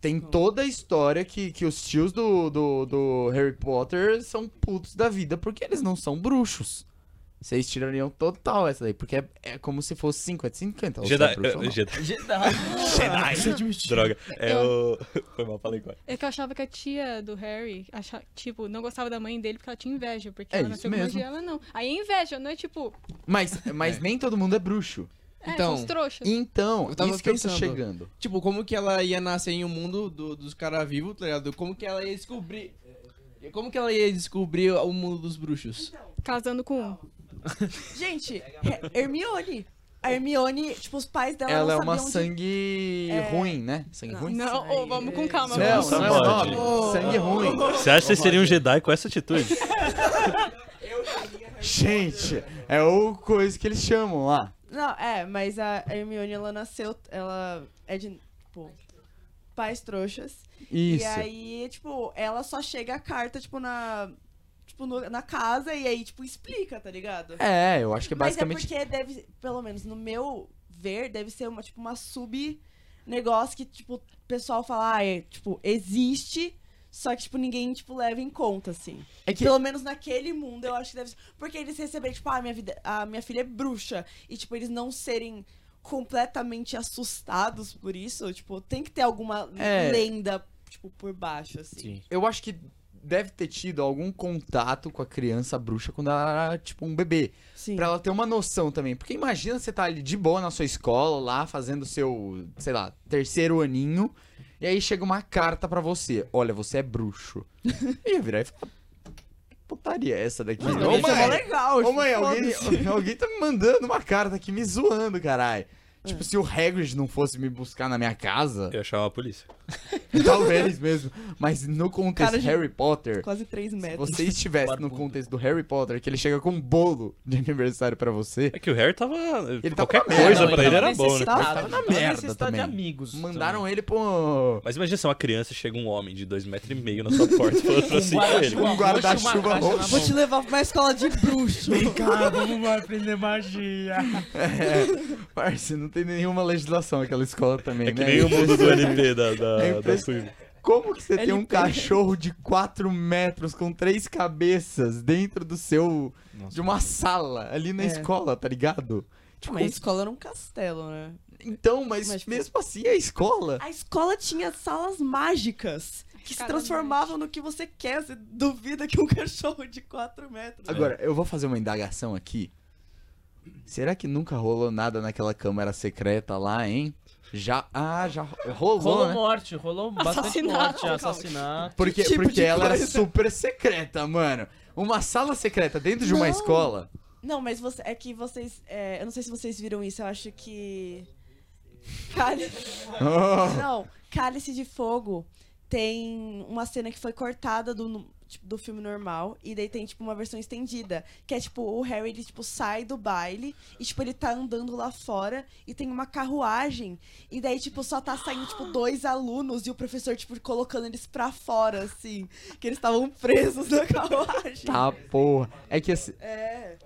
Tem toda a história que, que os tios do, do, do Harry Potter são putos da vida porque eles não são bruxos. Vocês tirariam total essa daí, porque é, é como se fosse 50-50. ou se é
Jedi,
bruxo ou
é,
não.
Jedi.
Jedi.
Droga. É
Eu-
o. Foi mal, falei agora.
É que eu achava que a tia do Harry, acha- tipo, não gostava da mãe dele porque ela tinha inveja, porque
É
ela
isso
nasceu com magia,
mesmo.
ela não. Aí é inveja, não é tipo,
Mas, mas nem todo mundo é bruxo.
é,
Então,
são os trouxas.
Então,
Eu tava
isso que eu
pensando.
tô chegando.
Tipo, como que ela ia nascer em um mundo do- dos caras vivos, tá ligado? Como que ela ia descobrir. Como que ela ia descobrir o mundo dos bruxos?
Casando com um.
Gente, He- Hermione. A Hermione, tipo, os pais dela
Ela é
não
uma
sabiam de...
sangue
É.
ruim, né? Sangue ruim?
Não, ô, vamos com calma.
Não,
vamos.
não é
Pode.
nome. Sangue ruim.
Você acha que vocês seriam um Jedi com essa atitude?
Gente, é o coisa que eles chamam lá.
Não, é, mas a Hermione, ela nasceu, ela é de, tipo, pais trouxas.
Isso.
E aí, tipo, ela só chega a carta, tipo, na, tipo, no- na casa e aí, tipo, explica, tá ligado?
É, eu acho que é basicamente.
Mas é porque deve, pelo menos no meu ver, deve ser uma, tipo, uma sub negócio que, tipo, o pessoal fala, ah, é, tipo, existe, só que, tipo, ninguém, tipo, leva em conta, assim.
É que-
Pelo menos naquele mundo, eu acho que deve ser. Porque eles receberem, tipo, ah, minha, vida, a minha filha é bruxa. E, tipo, eles não serem completamente assustados por isso, tipo, tem que ter alguma
É.
lenda, tipo, por baixo, assim.
Sim.
Eu acho que deve ter tido algum contato com a criança bruxa quando ela era, tipo, um bebê.
Sim.
Pra ela ter uma noção também. Porque imagina você tá ali de boa na sua escola, lá fazendo seu, sei lá, terceiro aninho. E aí chega uma carta pra você. Olha, você é bruxo. e eu virar e falar. Putaria é essa daqui.
Mas
Ô,
isso é mó
mãe,
legal,
Ô
tipo,
mãe, alguém,
foda-se.
alguém tá me mandando uma carta aqui me zoando, caralho.
É.
Tipo, se o Hagrid não fosse me buscar na minha casa,
Eu achava a polícia.
talvez mesmo. Mas no contexto
Cara de-
Harry Potter,
Quase três
se
metros.
você estivesse no
Barbudo.
contexto do Harry Potter, que ele chega com um bolo de aniversário pra você,
É que o Harry tava.
Ele tava
Qualquer
com a merda,
coisa
ele
pra ele
tava
era bom, né?
necessitado,
Tava na
tava
merda
necessitado
também.
de amigos.
mandaram ele pro.
Mas imagina se uma criança chega um homem de dois metros e meio na sua porta e falando assim pra ele.
Um guarda-chuva
é
roxo.
Vou te levar pra uma escola de bruxo.
Cara, vamos aprender magia.
Parce, não tem nenhuma legislação aquela escola também,
É que
né?
nem o mundo do NP da, da,
É
da Suíça.
Como que você
Ele
tem um
pega-
cachorro de 4 metros com três cabeças dentro do seu. de uma sala ali na
É.
escola, tá ligado? Tipo,
Mas a escola era um castelo, né?
Então, mas,
Mas, tipo,
mesmo assim é a escola.
A escola tinha salas mágicas que se
Escada
transformavam no que você quer. Você duvida que um cachorro de 4 metros.
Agora, eu vou fazer uma indagação aqui. Será que nunca rolou nada naquela câmara secreta lá, hein? Já. Ah, já ro- rolou,
um
Rolou
né?
morte, rolou bastante
Assassinato,
morte,
calma.
assassinato.
Porque,
tipo
porque
de
ela era
coisa?
super secreta, mano. Uma sala secreta dentro de uma
Não.
escola.
Não, mas você, é que vocês. é, eu não sei se vocês viram isso, eu acho que. Cálice.
Oh.
Não, Cálice de Fogo tem uma cena que foi cortada do, no- tipo, do filme normal e daí tem tipo uma versão estendida, que é tipo o Harry ele tipo sai do baile e tipo ele tá andando lá fora e tem uma carruagem e daí tipo só tá saindo tipo dois alunos e o professor tipo colocando eles pra fora assim, que eles estavam presos na carruagem.
Tá, porra. É que assim,
É.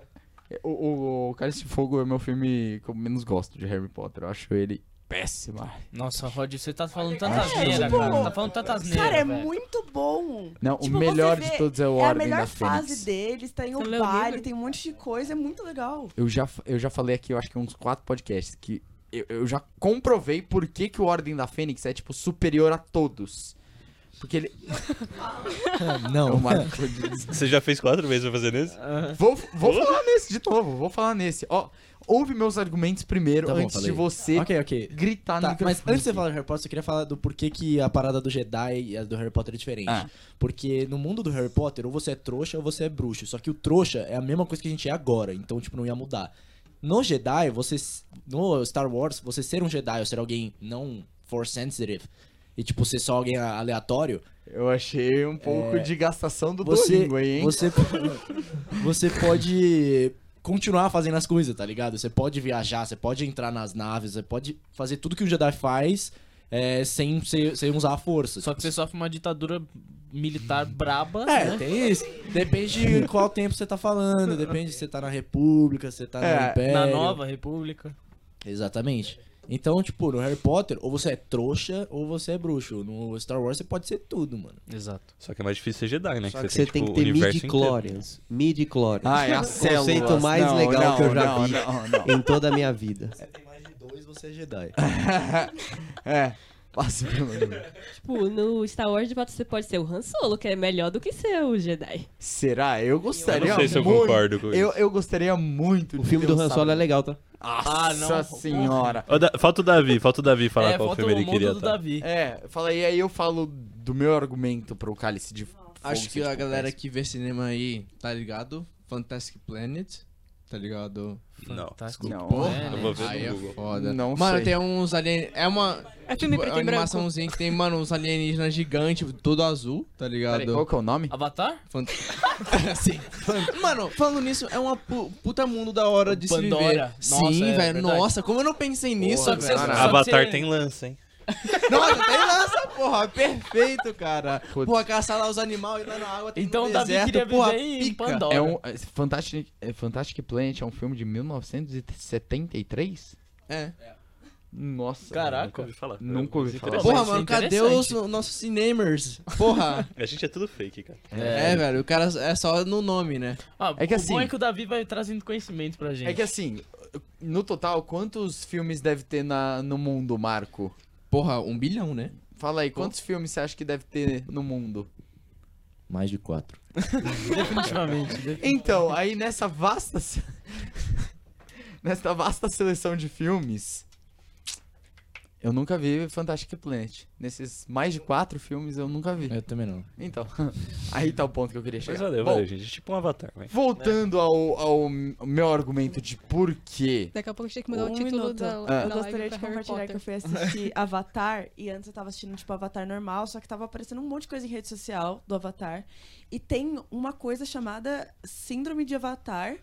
o, o, o Cálice de Fogo é o meu filme que eu menos gosto de Harry Potter. Eu acho ele péssimo.
Nossa, Rod, você tá falando tanta
tipo,
asneira, cara. Você tá falando tanta asneira.
Cara, é
velho.
muito bom.
Não,
Tipo,
o
você
melhor
vê,
de todos é o
É a
Ordem
melhor
da
fase
Fênix.
deles, tem o
Você leu o
baile,
livro?
tem um monte de coisa, é muito legal.
Eu já, eu já falei aqui, eu acho que é uns quatro podcasts, que eu, eu já comprovei por que, que o Ordem da Fênix é, tipo, superior a todos. Porque ele. É
Não,
o Marco de-
Você já fez quatro vezes pra fazer nesse?
vou vou falar nesse de novo, vou falar nesse. Ó, ouve meus argumentos primeiro,
Tá bom,
antes de
falei.
você
ok, ok.
gritar no
Tá,
microfone.
mas antes de você falar do Harry Potter, eu queria falar do porquê que a parada do Jedi e a do Harry Potter é diferente.
Ah.
Porque no mundo do Harry Potter, ou você é trouxa ou você é bruxo. Só que o trouxa é a mesma coisa que a gente é agora, então, tipo, não ia mudar. No Jedi, você. s- No Star Wars, você ser um Jedi ou ser alguém não force sensitive e, tipo, ser só alguém a- aleatório, é,
Eu achei um pouco de gastação do
você,
Duolingo aí, hein?
você, você pode continuar fazendo as coisas, tá ligado? Você pode viajar, você pode entrar nas naves, você pode fazer tudo que um Jedi faz é, sem, sem, sem usar a força.
Só que você sofre uma ditadura militar braba,
É,
né?
tem isso. Depende de qual tempo você tá falando, depende se você tá na República, se você tá
É,
no Império.
Na nova república.
Exatamente. Então, tipo, no Harry Potter, ou você é trouxa ou você é bruxo. No Star Wars você pode ser tudo, mano.
Exato.
Só que é mais difícil ser Jedi, né?
Só que você tem que
tipo,
ter
o universo
midi-chlorians. Midi-chlorians.
Ah, é a
conceito
células.
mais
Não,
legal
não,
que eu já
não,
vi.
Não, não.
Em toda a minha vida.
tem mais de dois, né? você é Jedi.
É. Passa pelo
Tipo, no Star Wars, de fato, você pode ser o Han Solo, que é melhor do que ser o Jedi.
Será? Ah, Eu gostaria
Eu não sei se eu
muito.
concordo com
Eu, eu gostaria muito
O
de
filme
ter
do
um
Han Solo
sabre-
é legal, tá?
Nossa
Ah, não.
senhora.
Ó, da- Falta o Davi, falta o Davi falar
é,
qual
falta
filme
o
ele
mundo
queria.
do
tá?
Davi.
É, fala aí, aí eu falo do meu argumento pro cálice de Fogo
Acho que
ser,
a
tipo,
galera
péssimo.
que vê cinema aí, tá ligado? Fantastic Planet, tá ligado?
Não.
Fantástico.
Não.
Porra.
Eu vou ver
aí
no
é
Google.
foda.
Não
mano,
sei.
tem uns alien... É uma,
É
tipo,
filme
é
preto
uma
e branco.
animaçãozinha que tem, mano, uns alienígenas gigantes, todo azul, tá ligado?
Peraí, qual que é o nome?
Avatar?
Fant- Sim. Mano, falando nisso, é uma pu- puta mundo da hora de se viver.
Pandora. Nossa,
Sim,
é
velho.
verdade.
Nossa, como eu não pensei nisso,
Só que
velho.
você-
Caralho.
só que
Avatar
você-
tem lança, hein?
Nossa, tem lança, porra. Perfeito, cara.
Putz.
Porra, caçar lá os animais, ir lá na água, tem
Então
no
o Davi
deserto,
queria
porra,
viver em
pica.
Pandora.
É um é, Fantastic, é, Fantastic Planet é um filme de 1973?
É.
Nossa.
Caraca.
Nunca ouvi falar.
Nunca ouvi falar.
Pô,
Porra,
mas isso é
mano, cadê os
interessante.
nossos cinemers? Porra.
A gente é tudo fake, cara.
É, velho, o cara é só no nome, né?
Ah,
É que
o
assim-
bom é que o Davi vai trazendo conhecimento pra gente.
É que assim, no total, quantos filmes deve ter na, no mundo, Marco?
Porra, um bilhão, né?
Fala aí, quantos filmes você acha que deve ter no mundo?
Mais de quatro.
Definitivamente. def-
Então, aí nessa vasta. se- nessa vasta seleção de filmes. Eu nunca vi Fantastic Planet. Nesses mais de quatro filmes eu nunca vi.
Eu também não.
Então, aí tá o ponto que eu queria chegar.
Mas valeu,
Bom,
valeu, gente. É tipo um Avatar, velho.
Voltando ao, ao meu argumento de por quê.
Daqui a pouco a gente tem que mudar
Um
o título
minuto.
da, da
Ah.
Eu
live
gostaria de
pra Harry
compartilhar que eu
Potter.
fui assistir Avatar e antes eu tava assistindo tipo Avatar normal, só que tava aparecendo um monte de coisa em rede social do Avatar. E tem uma coisa chamada Síndrome de Avatar,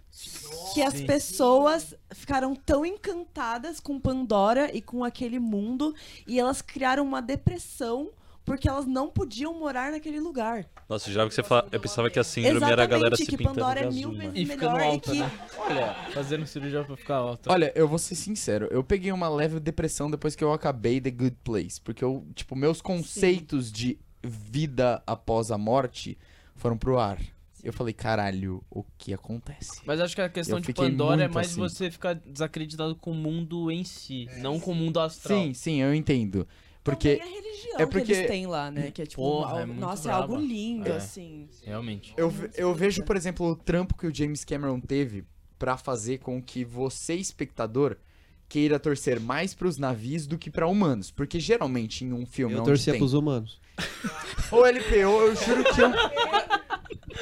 que as pessoas ficaram tão encantadas com Pandora e com aquele mundo e elas criaram uma depressão porque elas não podiam morar naquele lugar.
É. Nossa, já que você fala, eu pensava que a síndrome era a galera
Exatamente,
se
que
pintando
Pandora
de
é
azul,
mil
mano.
vezes
E ficando
melhor e
alta,
que
né? Olha, fazendo cirurgia pra ficar alta.
Olha, eu vou ser sincero, eu peguei uma leve depressão depois que eu acabei The Good Place, porque eu, tipo, meus conceitos de vida após a morte foram pro ar. Eu falei, caralho, o que acontece?
Mas acho que a questão
Eu
de
fiquei
Pandora é
muito
mais
assim.
você ficar desacreditado com o mundo em si,
É.
não com o mundo astral.
Sim, sim, eu entendo. Porque
Também a religião
é porque-
que eles têm lá, né? Que é tipo,
Porra,
algo-
é muito
nossa, é
braba.
algo lindo,
É.
assim.
Realmente.
Eu, ve- eu vejo, por exemplo, o trampo que o James Cameron teve pra fazer com que você, espectador, queira torcer mais pros navios do que pra humanos. Porque geralmente em um filme
Eu
onde
torcia
tem...
pros humanos.
Ou LPO, eu juro que eu...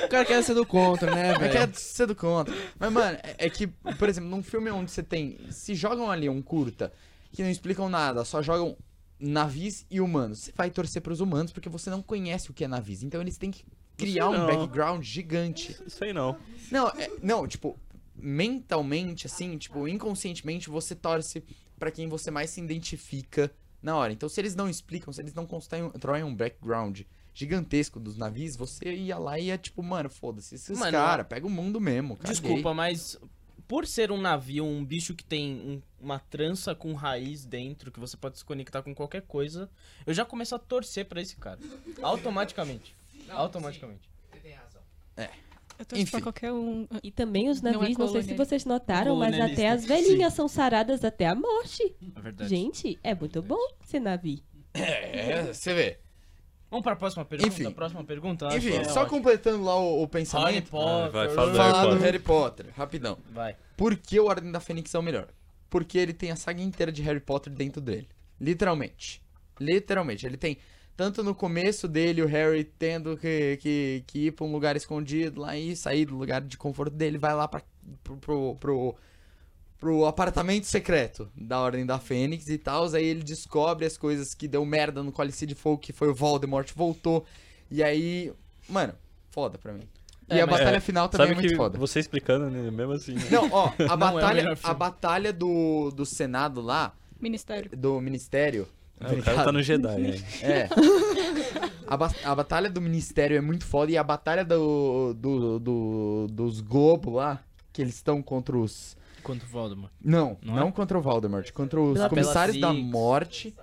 O cara quer ser do contra, né,
É que é
velho?
cedo contra. Mas, mano, é, é que, por exemplo, num filme onde você tem... Se jogam ali um curta que não explicam nada, só jogam navios e humanos. Você vai torcer pros humanos porque você não conhece o que é navios. Então eles têm que criar um
não.
background gigante.
Isso aí não.
Não, é- não, tipo, mentalmente, assim, tipo, inconscientemente você torce pra quem você mais se identifica na hora. Então, se eles não explicam, se eles não constroem um background gigantesco dos navios, você ia lá e ia, tipo, mano, foda-se, esses
Mano,
caras, pega o mundo mesmo, caguei.
Desculpa, mas por ser um navio, um bicho que tem um- uma trança com raiz dentro, que você pode se conectar com qualquer coisa, eu já começo a torcer pra esse cara. Automaticamente. Automaticamente.
É.
Eu torço
Enfim.
pra qualquer um.
E também os
Não é
navios, não, sei se
colônia.
vocês notaram, mas
Colonialista.
até as velhinhas são saradas até a morte.
É verdade.
Gente, é muito bom ser navio.
É, você vê.
Vamos pra próxima pergunta?
Enfim.
Próxima pergunta? acho
Enfim,
que é
só
ótimo.
completando lá o, o
Harry
pensamento.
Potter.
Ah, Vai, fala do
Falar do
Potter.
Harry Potter, rapidão.
Vai.
Por que o Ordem da Fênix é o melhor? Porque ele tem a saga inteira de Harry Potter dentro dele. Literalmente. Literalmente. Ele tem. Tanto no começo dele, o Harry tendo que, que, que ir pra um lugar escondido lá e sair do lugar de conforto dele, vai lá pra, pro, pro, pro, pro apartamento secreto da Ordem da Fênix e tal. Aí ele descobre as coisas que deu merda no Colice de Fogo, que foi o Voldemort, voltou. E aí. Mano, foda pra mim. E
É,
a
mas-
batalha final também
Sabe
é muito
que
foda.
você explicando, né, mesmo assim. né?
Não, ó, a
Não é o
batalha,
melhor
a
filme.
batalha do, do Senado lá,
Ministério.
do Ministério.
Ah, o cara tá no Jedi, né?
É. A, ba- a batalha do Ministério é muito foda e a batalha do, do, do- dos Globo lá, que eles estão contra os.
Quanto Voldemort.
Não,
Não
não,
é?
contra o Voldemort, contra os
Pela- pela
comissários da
Six.
morte.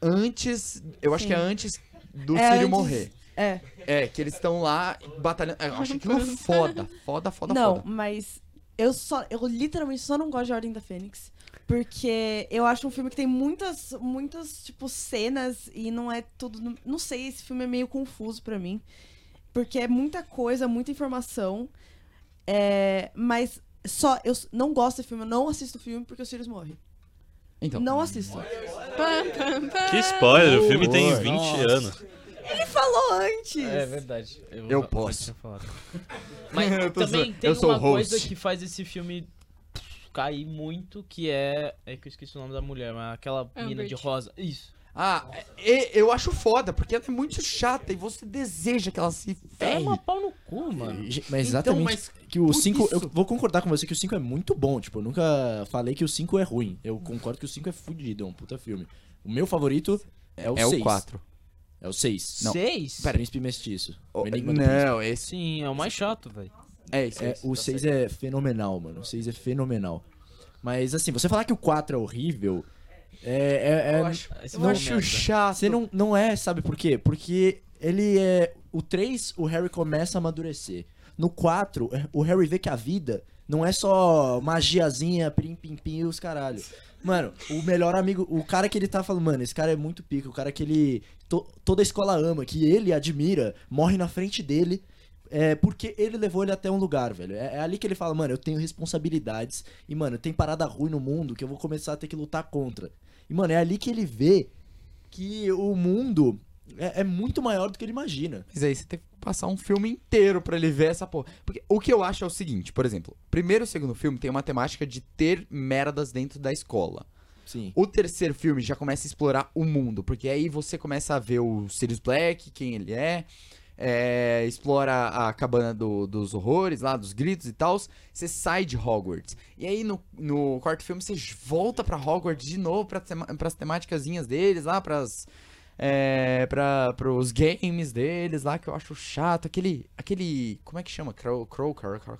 Antes. Eu acho que é antes do
É
Círio
antes-
morrer.
É.
É, que eles estão lá batalhando. Eu acho aquilo foda. Foda, foda,
não,
foda.
mas eu só, eu literalmente só não gosto de Ordem da Fênix. Porque eu acho um filme que tem muitas, muitas, tipo, cenas e não é tudo. Não sei, esse filme é meio confuso pra mim. Porque é muita coisa, muita informação. É, mas só. Eu s- não gosto desse filme, eu não assisto o filme porque o Sirius morre.
Então.
não assisto.
Que spoiler, o filme tem
Nossa.
20 anos.
Ele falou antes!
É verdade.
Eu posso.
tinha falado. Mas
Eu tô
também
zoando.
tem
Eu sou
uma
o host.
coisa que faz esse filme cair muito, que é... É que eu esqueci o nome da mulher, mas aquela mina
Umbridge.
de rosa. Isso.
Ah, e- eu acho foda, porque ela é muito chata e você deseja que ela se
É
ferre.
uma pau no cu, mano. Então,
Ge- Mas exatamente
Então, mas
que o
por
5. Eu
isso-
vou concordar com você que o 5 é muito bom. Tipo, eu nunca falei que o 5 é ruim. Eu concordo que o 5 é fudido, é um puta filme. O meu favorito é o 6.
É o 4.
É o 6.
Não.
Seis?
um
Príncipe Mestiço. O Enigma do Príncipe.
Oh, Não, esse.
Sim, é o mais chato, velho.
É isso.
É, o 6 é fenomenal, mano. O 6 é fenomenal. Mas assim, você falar que o 4 é horrível. É. é, é-
Eu acho,
Esse
eu
não é
acho
merda.
chato.
Você não, não é, sabe por quê? Porque ele é. O 3, o Harry começa a amadurecer. No 4, o Harry vê que a vida não é só magiazinha, pim, pim, pim e os caralho. Mano, o melhor amigo, o cara que ele tá falando, mano, esse cara é muito pica, o cara que ele. to- toda a escola ama, que ele admira, morre na frente dele. É porque ele levou ele até um lugar, velho. É, é ali que ele fala, mano, eu tenho responsabilidades e, mano, tem parada ruim no mundo que eu vou começar a ter que lutar contra. E, mano, é ali que ele vê que o mundo é, é muito maior do que ele imagina.
Mas aí você tem que passar um filme inteiro pra ele ver essa porra. Porque o que eu acho é o seguinte, por exemplo, primeiro e segundo filme tem uma temática de ter merdas dentro da escola.
Sim.
O terceiro filme já começa a explorar o mundo, porque aí você começa a ver o Sirius Black, quem ele é, é, explora a cabana do- dos horrores lá, dos gritos e tal. Você sai de Hogwarts. E aí no, no quarto filme você volta pra Hogwarts de novo, pra tema, pras temáticazinhas deles lá, pras é, para os games deles lá, que eu acho chato. Aquele. aquele como é que chama? Crow, Crow, Crow, Crow-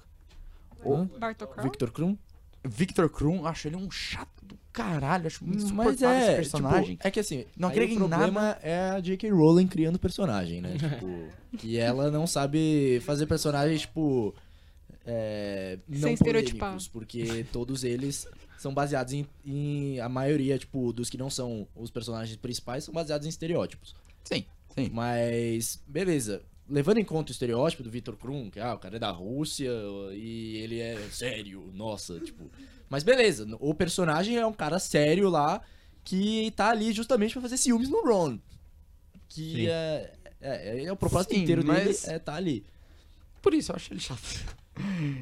Hã?
Bartokron?
Victor Krum?
Victor Krum, eu acho ele um chato do caralho. Acho muito
Mas
insuportável
é,
esse personagem.
tipo, é que assim,
Não
aí
agrega em
o problema
nada.
é a J.K. Rowling criando personagem, né? tipo, que ela não sabe fazer personagens, tipo, é, não
Sem estereotipar.
polêmicos, porque todos eles são baseados em, em- a maioria, tipo, dos que não são os personagens principais são baseados em estereótipos.
Sim, sim.
Mas, beleza. Levando em conta o estereótipo do Victor Krum, que ah, o cara é da Rússia e ele é sério, nossa, tipo. Mas beleza, o personagem é um cara sério lá que tá ali justamente pra fazer ciúmes no Ron. Que
Sim.
é, é, é o propósito
Sim,
inteiro
mas-
dele é tá ali.
Por isso eu acho ele chato.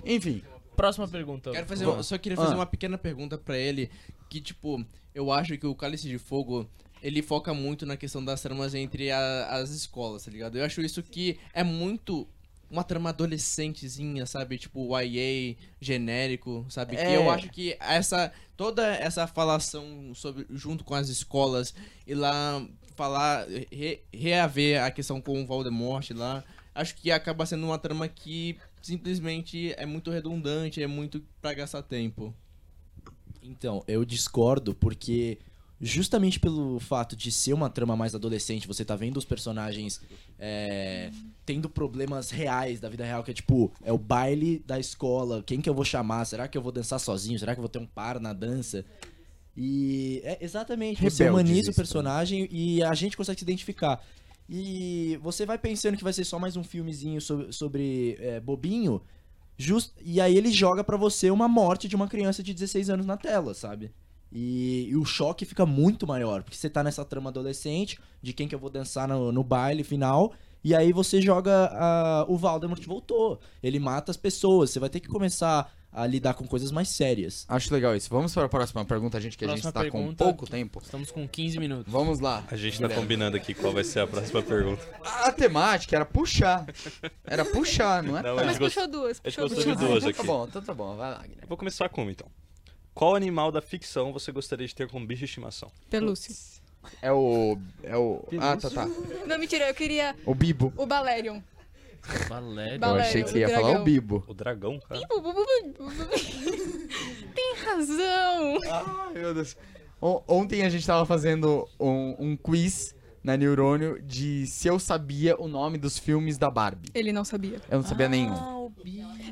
Enfim,
Próxima pergunta.
Quero fazer
Bom,
uma- só queria fazer
ah.
uma pequena pergunta pra ele, que tipo, eu acho que o Cálice de Fogo, ele foca muito na questão das tramas entre a- as escolas, tá ligado? Eu acho isso que é muito uma trama adolescentezinha, sabe? Tipo, YA, genérico, sabe? Que
É.
eu acho que essa toda essa falação sobre junto com as escolas e lá falar re- reaver a questão com o Voldemort lá, acho que acaba sendo uma trama que simplesmente é muito redundante, é muito pra gastar tempo.
Então, eu discordo porque justamente pelo fato de ser uma trama mais adolescente, você tá vendo os personagens é, tendo problemas reais da vida real, que é tipo, é o baile da escola, quem que eu vou chamar? Será que eu vou dançar sozinho? Será que eu vou ter um par na dança? E é exatamente, você
Rebeldes
humaniza o
isso né?
personagem e a gente consegue se identificar. E você vai pensando que vai ser só mais um filmezinho sobre, sobre, é, bobinho, Just- E aí ele joga pra você uma morte de uma criança de 16 anos na tela, sabe? E, e o choque fica muito maior, porque você tá nessa trama adolescente, de quem que eu vou dançar no, no baile final, e aí você joga ah, o Valdemort voltou. Ele mata as pessoas, você vai ter que começar a lidar com coisas mais sérias.
acho legal isso. Vamos para a próxima pergunta, gente, que a
Próxima
gente tá com
pergunta.
pouco tempo.
Estamos com 15 minutos.
Vamos lá.
A gente tá combinando aqui qual vai ser a próxima pergunta.
A temática era puxar. Era puxar, não é?
Não, a
Mas
gente gost-
puxou duas,
a gente
puxou
gostou de
duas.
Ah,
duas
então
aqui.
Tá bom, então tá bom. Vai lá, Guilherme.
Eu vou começar com uma então. Qual animal da ficção você gostaria de ter como bicho de estimação?
Pelúcio.
É o. É o. Ah, tá, tá.
Não, mentira, eu queria
O Bibo.
o Balerion.
Valério.
Eu
Valério,
achei que
o
você ia falar
dragão.
o Bibo.
O dragão, cara.
Ih, bu- bu- bu- bu- bu- bu- Tem razão.
Ai, meu Deus. O- Ontem a gente tava fazendo um, um quiz na Neurônio de se eu sabia o nome dos filmes da Barbie.
Ele não sabia.
Eu não
Ah.
sabia nenhum.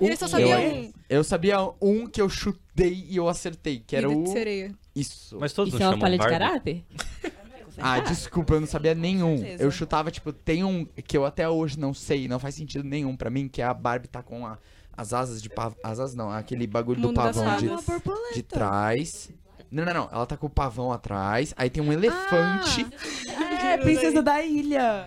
Ele só sabia um.
Eu sabia um que eu chutei e eu acertei, que era
Vida
o.
de sereia.
Isso.
Mas todos
Isso
nos
é uma
chamam
falha de
Barbie.
caráter?
Ah, desculpa, eu não sabia nenhum.
certeza.
Eu chutava, tipo, tem um que eu até hoje não sei, não faz sentido nenhum pra mim, que é a Barbie tá com a- as asas de pavão. As asas não, aquele bagulho do
Mundo das
pavão de,
fadas.
de trás. Não, não, não. Ela tá com o pavão atrás. Aí tem um elefante.
Ah.
É, princesa da ilha.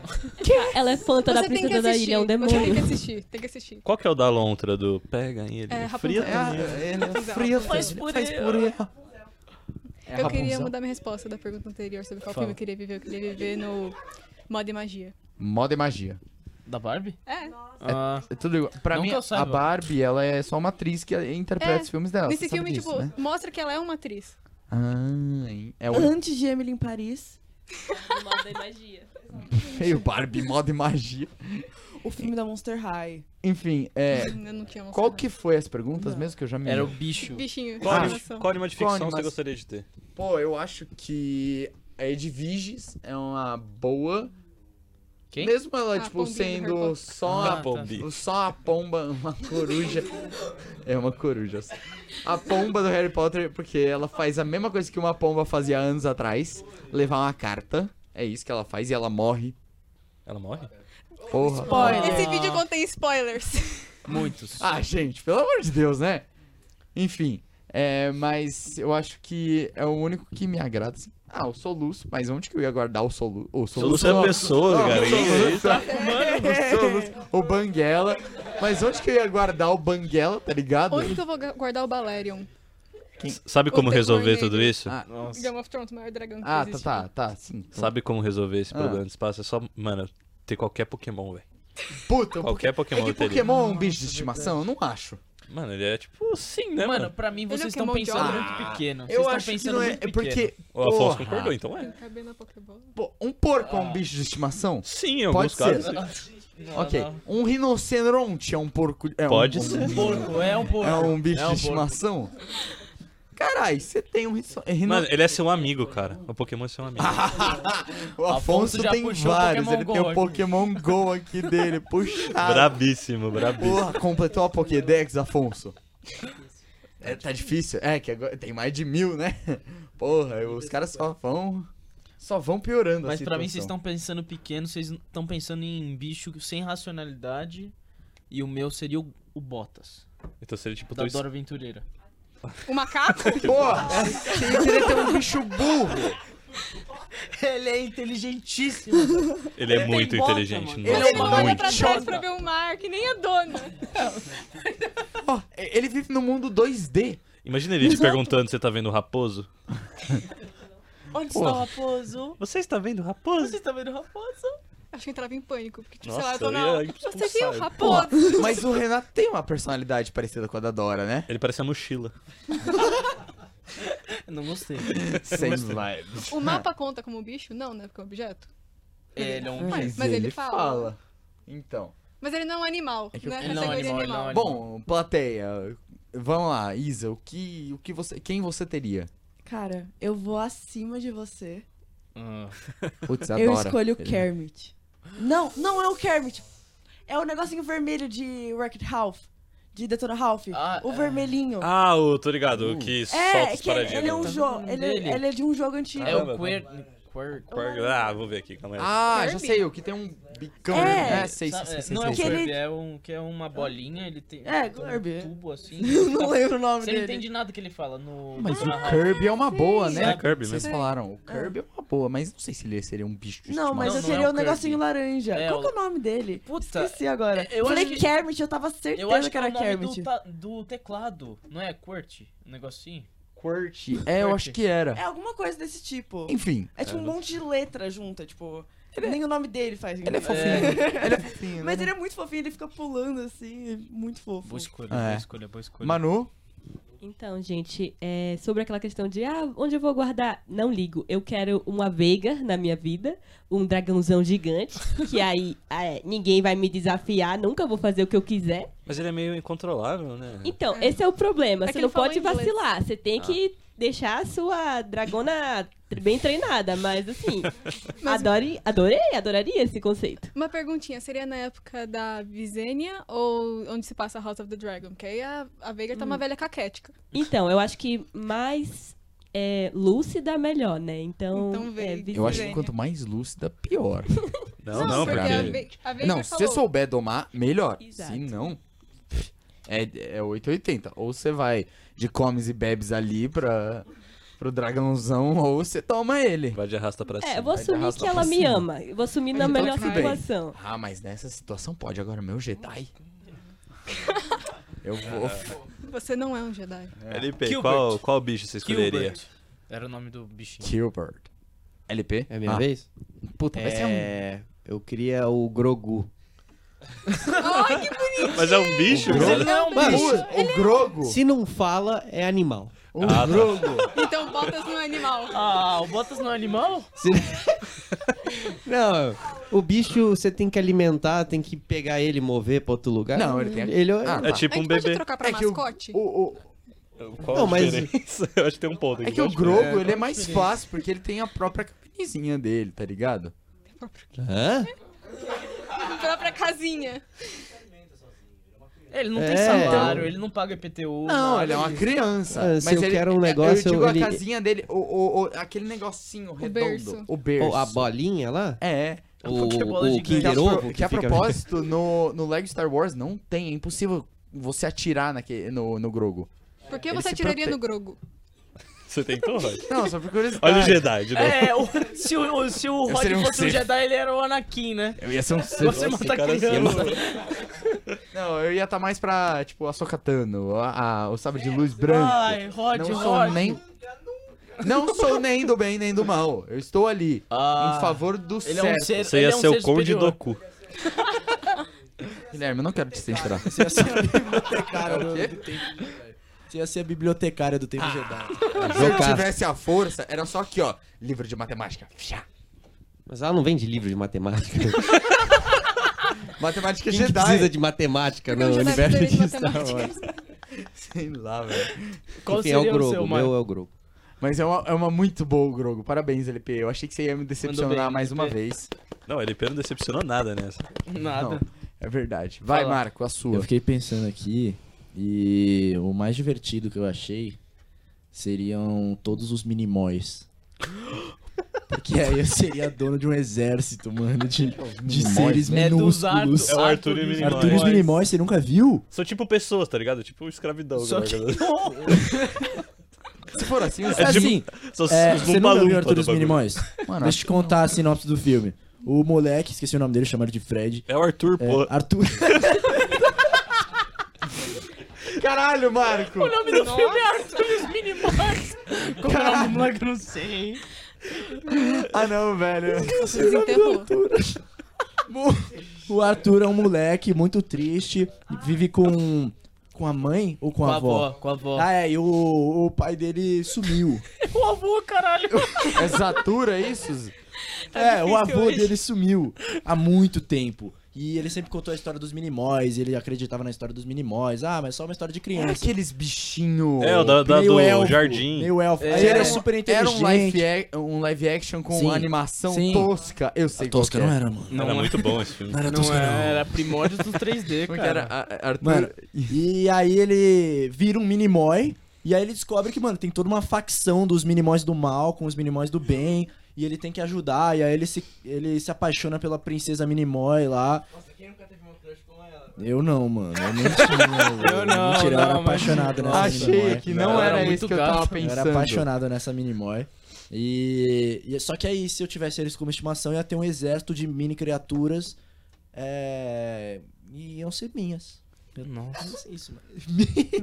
Ela é fanta da
Você tem que
princesa da ilha,
assistir.
é um
Você tem que
demônio.
assistir, tem que assistir.
Qual que é o da lontra do pega em ele? né?
É,
fria
Rapunzel.
É, a-
também.
ele é frio, faz
purê.
purê. É
eu queria
Rapunzel.
mudar minha resposta da pergunta anterior sobre qual
Fala.
filme eu queria viver. Eu queria viver no Moda e Magia.
Moda e magia.
Da Barbie?
É,
Ah,
É tudo igual. Pra
Não
mim,
que eu saiba.
a Barbie, ela é só uma atriz que interpreta
É,
os filmes dela.
nesse
você sabe
filme,
disso,
tipo,
né?
mostra que ela é uma atriz.
Ah, hein? é o
Antes de Emily em Paris,
feio Barbie, moda e magia.
o filme da Monster High.
Enfim, é.
Eu não tinha mostrado.
Qual que foi as perguntas mesmo que eu já me.
era o bicho.
Bichinho.
Qual,
de
Ah,
anima-
estimação.
qual animal de
Qual
ficção
anima-
você gostaria de ter?
Pô, eu acho que a Edviges é uma boa.
Quem?
Mesmo ela,
A
tipo,
pombinha Ah, do Harry
sendo
Potter.
só
Ah,
a
tá.
Pombi.
Só a pomba, uma coruja. É uma coruja. A pomba do Harry Potter, porque ela faz a mesma coisa que uma pomba fazia anos atrás: levar uma carta. É isso que ela faz e ela morre.
Ela morre?
Porra.
Esse vídeo contém spoilers.
Muitos.
Ah, gente, pelo amor de Deus, né? Enfim, é, mas eu acho que é o único que me agrada. assim. Ah, o soluço, mas onde que eu ia guardar o soluço? O soluço, não.
é pessoa,
Não,
cara. tá
o soluço, o soluço, o banguela. Mas onde que eu ia guardar o banguela, tá ligado?
Onde que eu vou ga- guardar o Balerion?
Sabe como
O
resolver
demônio
tudo
dele.
isso?
Ah,
Game of Thrones, o maior dragão que
Ah, tá,
existe.
tá, tá, sim.
Sabe como resolver esse
Ah.
problema de espaço? É só, mano, ter qualquer Pokémon, velho.
Puta, um
Qualquer
É
Pokémon
que
eu teria.
Pokémon é um bicho de estimação? Eu não acho.
Mano, ele é tipo sim, né, mano?
Mano, pra mim vocês
é
não quer
estão
mão de
pensando
obra.
muito
Ah,
pequeno. Vocês
Eu
estão
acho que
pensando
não é.
muito
é porque.
O Afonso
porra,
concordou, então é.
Caber na Pokébola.
pô, um porco é um bicho de estimação?
Sim, em alguns
Pode
casos.
ser.
pequeno. Ah. Não,
Ok.
não.
Um rinoceronte é um porco. É
Pode
um,
ser.
Um porco, é um porco.
É um bicho de
porco.
estimação? Carai, você tem um riso- é rino...
Mano, ele é seu amigo, cara. O Pokémon é seu amigo.
Ah. O Afonso,
Afonso já
tem
puxou o
vários,
Pokémon
ele
Go
tem o
aqui.
Pokémon Go aqui dele, puxado.
Brabíssimo, brabíssimo.
Porra, completou a Pokédex, Afonso. É, tá difícil? É, que agora tem mais de mil, né? Porra, os caras só vão. Só vão piorando a
Mas pra mim vocês
situação.
estão pensando pequeno, vocês estão pensando em bicho sem racionalidade. E o meu seria o, o Botas,
Então seria tipo
da
dois.
Dora Aventureira.
O macaco?
Porra, ele queria ter um bicho burro.
Ele é inteligentíssimo.
Ele é muito
tem bota,
inteligente.
mano.
Nossa,
Ele é
Ele não olha pra
muito.
trás pra ver o mar, que nem é a dona.
Ó, ele vive no mundo 2D.
Imagina ele te perguntando se você tá vendo o raposo.
Onde está
Porra.
o raposo?
Você está vendo o raposo?
Você está vendo o raposo?
Acho que eu entrava em pânico, porque, tipo, sei lá,
Nossa,
eu tô
eu
na
ia
aula. Você viu o
expulsar ele.
Porra,
raposo?
mas o Renato tem uma personalidade parecida com a da Dora, né?
Ele parece a mochila.
Não gostei.
Sem vibes.
Ah.
O mapa conta como bicho? Não, né? Porque é um objeto.
Ele é um
Mas, mas ele, fala.
Então.
Mas ele não é um animal.
É que
não é
eu- Não,
categoria
animal,
animal.
não,
Bom, plateia, vamos lá, Isa, o que, o que você, quem você teria?
Cara, eu vou acima de você.
Ah.
Putz,
eu
adora.
escolho o
Ele-
Kermit. Não, não é o Kermit. É o negocinho vermelho de Wreck-It Ralph. De Detona Ralph.
Ah,
o
é.
vermelhinho.
Ah, o, tô
Hum.
ligado, o que solta
é,
os
que ele, ele é um
paradinhos.
jogo. Ele,
Tá dele?
ele é de um jogo antigo.
É o
Caramba,
Quir... Quir...
Ah, vou ver aqui, calma aí.
Ah, já
Kirby?
sei, o que tem um bicão,
É,
Ah,
né? Sei, sei,
Sabe-
sei, sei,
Não é o
sei.
que
Kirby,
ele-
é um que é uma bolinha, ele tem,
É,
tem
Kirby.
um tubo assim.
Eu não lembro o nome
Você não
dele.
entende nada que ele fala no
Mas
Detona
o
Ralph.
Kirby é uma boa,
É,
né?
Kirby
Vocês
mesmo.
falaram, o Kirby é uma boa, mas não sei se ele seria um bicho de
Não, mas
Não, não
eu queria
é o
o
Kirby.
negocinho laranja.
É
Qual
o-
que é o nome dele?
Puta,
Esqueci agora.
eu
Falei
acho que-
Kermit, eu tava certeza
Eu acho que
que
é
era
o nome do,
Kermit.
ta- do teclado, não é? Quirt, um negocinho.
Squirt. É, eu acho que
É
era.
alguma coisa desse tipo.
Enfim,
É tipo um monte de letra junta, tipo. Nem o nome dele faz
ele é
sentido.
fofinho. Ele é fofinho,
Mas
né?
ele é muito fofinho, ele fica pulando assim, é muito fofo.
Boa escolha,
É.
boa escolha, boa escolha.
Manu,
Então, gente, é, sobre aquela questão de ah, onde eu vou guardar? Não ligo. Eu quero uma veiga na minha vida, um dragãozão gigante, que aí é, ninguém vai me desafiar, nunca vou fazer o que eu quiser.
Mas ele é meio incontrolável, né?
Então, esse é o problema.
É que
você
ele
não pode
falou inglês.
vacilar. Você
Ah.
tem que deixar a sua dragona tre- bem treinada, mas assim, adore, adorei, adoraria esse conceito.
Uma perguntinha, seria na época da Visenya ou onde se passa House of the Dragon? Que aí a, a Veiga
Hum.
tá uma velha caquética.
Então, eu acho que mais é, lúcida, melhor, né? Então,
Então,
é,
veiga.
eu acho que
Desenha.
quanto mais lúcida, pior.
Não, não,
porque
a,
porque.
ele-
Ve- a Veiga
Não, se
falou.
você souber domar, melhor.
Exato.
Se não, é, é 880. Ou você vai de comes e bebes ali pra, pro dragãozão, ou você toma ele.
Vai de arrasta pra cima.
É, eu vou
Vai
assumir
arrastar
que
pra
ela me
cima.
ama. Eu vou assumir na
Então,
melhor
tudo bem.
situação.
Ah, mas nessa situação pode. Agora, meu Jedi. Eu
Ah,
vou.
Você não é um Jedi.
LP,
Gilbert.
qual, qual bicho você escolheria?
Gilbert. Era o nome do bichinho.
Gilbert. LP?
É minha
Ah,
vez?
Puta, vai ser um.
É, Eu queria o Grogu.
Ai, que
Mas é um bicho, cara?
é
não,
Mano,
um
o Grogo.
se não fala, é animal.
O
Ah, tá.
Grogo.
bonito. Então botas no animal.
Ah, o Botas não é animal?
Se- Não, o bicho você tem que alimentar, tem que pegar ele e mover pra outro lugar.
Não, ele tem-
Ele,
Ah,
ele-
É
tá.
A
tipo um
gente pode
bebê.
trocar pra
É que o-
mascote?
O- o-
Qual
Não,
a
mas-
diferença? Eu acho que tem um ponto.
é que o Grogo, ele é mais fácil, porque ele tem a própria cabinezinha dele, tá ligado?
Hã?
A própria casinha.
Ele não tem
É.
salário, ele não paga IPTU.
Não,
nada.
ele é uma criança. é
Ah, se eu quero um negócio,
Eu digo
ele-
a casinha dele, o, o- o- aquele negocinho
é
redondo.
berço.
O berço.
Ou a bolinha lá?
É.
O,
Pokébola
o
gigante.
Que, a,
Kinder
pro-
Ovo
que a
fica-
propósito, no, no Lego Star Wars não tem. É impossível você atirar naquele, no, no Grogo.
Por que
Ele
você
se
atiraria
prote-
no Grogo?
Você tentou, Rod?
Não, só por curiosidade.
Olha o Jedi de novo.
É, o- se o, o- se o
Eu
Rod
seria um
fosse um
Sith.
Jedi, ele era o Anakin, né?
Eu ia ser um
Você
Sith.
mata
cara é
criança.
Não, eu ia estar mais pra, tipo, a Sokatano, a, a- o sabre de luz branco.
Ai, Rod,
não sou
Rod.
nem. Não sou nem do bem nem do mal. Eu estou ali.
Ah,
em favor do
ele é um
certo.
ser,
Você
ele
ia
é um
ser
ser
o Conde
superior.
Doku.
Guilherme, eu não quero te censurar.
Você ia ser a bibliotecária do,
quê? Ah.
do tempo Jedi. Você ia ser a bibliotecária do tempo Jedi.
Se eu tivesse a força, era só aqui, ó. Livro de matemática. Fchá.
Mas ela não vende livro de matemática.
Matemática é
Quem que
Jedi.
precisa de matemática
Eu
no
já
universo
fiz
de Star
matemática.
Wars?
Sei lá, velho.
Qual
Enfim, é
seria
o Grogo.
seu
O
maior-
meu é o Grogo.
Mas é uma, é uma muito boa, Grogo. Parabéns, LP. Eu achei que você ia me decepcionar
bem,
mais uma
LP.
vez.
Não, o LP não decepcionou nada nessa.
Nada.
Não, é verdade. Vai,
Fala.
Marco, a sua.
Eu fiquei pensando aqui e o mais divertido que eu achei seriam todos os minimóis. Porque aí eu seria dono de um exército, mano, de, de seres
É dos
minúsculos.
Arthur,
um né? É o Arthur e Minimóis.
Arthur e os Minimóis, você nunca viu?
São tipo pessoas, tá ligado? Tipo escravidão.
Só
né,
que
galera?
Se for assim,
É
você...
tipo
assim,
São os-
é,
os
você nunca viu
Lumpa-Lumpa
Arthur e
do
os
bagulho.
Minimóis?
Mano,
Deixa eu te contar a sinopse do filme. O moleque, esqueci o nome dele, chamaram de Fred.
É o Arthur,
É,
pô.
Arthur.
Caralho, Marco!
O nome do filme é Arthur e os Minimóis. Como é o nome do moleque? Eu não sei.
Ah, não, velho.
Desenterrou.
O Arthur é um moleque muito triste, vive com com a mãe ou com,
Com
a avó?
com a avó.
Ah, é, e o, o pai dele sumiu.
O avô, caralho.
É Zatura isso?
é, o
difícil
avô
hoje.
dele sumiu há muito tempo. E ele sempre contou a história dos minimóis, ele acreditava na história dos minimóis. Ah, mas só uma história de
É
criança.
aqueles bichinhos.
É, o da, da
Meio
do
elfo,
jardim.
Meio elfo.
É.
Aí ele
Era
é
um-
super
Era
inteligente.
um live, ac- um live action com
Sim.
animação
Sim.
tosca. Eu sei
A tosca
qual que
não
é.
era, mano.
Era muito bom esse filme.
Não era
Não
tosca, não.
Era primórdio dos 3D,
Como
cara.
que era? A- a- Arthur...
Mano, e aí ele vira um minimói. E aí ele descobre que, mano, tem toda uma facção dos minimóis do mal com os minimóis do bem. E ele tem que ajudar. E aí ele se, ele se apaixona pela princesa minimói lá. Eu não, mano. Eu nem tinha.
Eu não,
Mentira, eu era
não, mas-
apaixonado nessa
Achei
minimói.
que não,
Não, era
era,
muito
isso que eu
gato.
tava
Eu
pensando.
era apaixonado nessa minimói. E, e- Só que aí, se eu tivesse eles como estimação, ia ter um exército de mini criaturas. É... E iam ser minhas.
Nossa.
Isso, mano.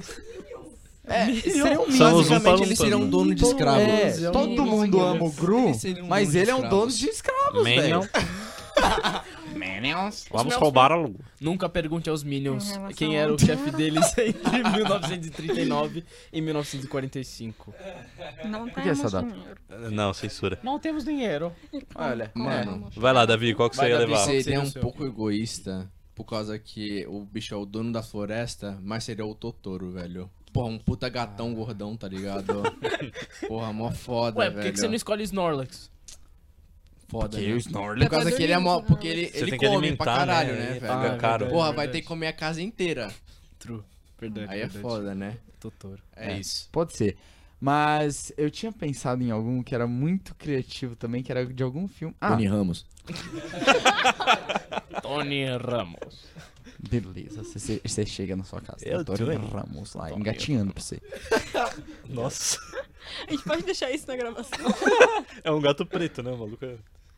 É,
São
seriam
os
Basicamente,
Lumpa-Lumpa,
eles seriam
mano.
dono de escravo.
É,
Todos, é um
todo
mundo
mundo
sem
ama o
criança.
Gru,
Eles seriam
mas
donos
ele
de
é um
escravos.
dono de escravos, velho.
Minion. Vamos roubar a Lungo.
Nunca pergunte aos Minions
Em relação
quem
ao-
era o chefe deles entre 1939 e 1945.
Não
que é essa
temos
data?
dinheiro.
Não, censura.
Não temos dinheiro.
Olha,
mano.
Vai lá, Davi, qual que
Vai,
você ia
Davi,
levar?
você-
Seria,
seria o
um
seu?
pouco egoísta, por causa que o bicho é o dono da floresta, mas seria o Totoro, velho. Porra, um puta
Ah.
gatão gordão, tá ligado? Porra, mó foda,
Ué,
velho.
por que, que você não escolhe Snorlax?
Foda,
Porque
né?
o
Por
Snorlax...
causa que ele é mó...
Snorlax.
Porque ele,
né? Você
ele
tem que
come pra
alimentar,
caralho,
né?
né,
Ele paga
velho?
Ah,
caro.
verdade.
Porra, vai ter que comer a casa inteira.
True. Verdade.
Aí é foda, né?
Totoro.
É, isso.
Pode ser. Mas eu tinha pensado em algum que era muito criativo também, que era de algum filme. Ah,
Tony Ramos.
Tony Ramos.
beleza. Você você chega na sua casa.
Eu
Eu Tony
tô-
Ramos lá, engatinhando pra você.
Nossa.
A gente pode deixar isso na gravação.
É um gato preto, né, maluco?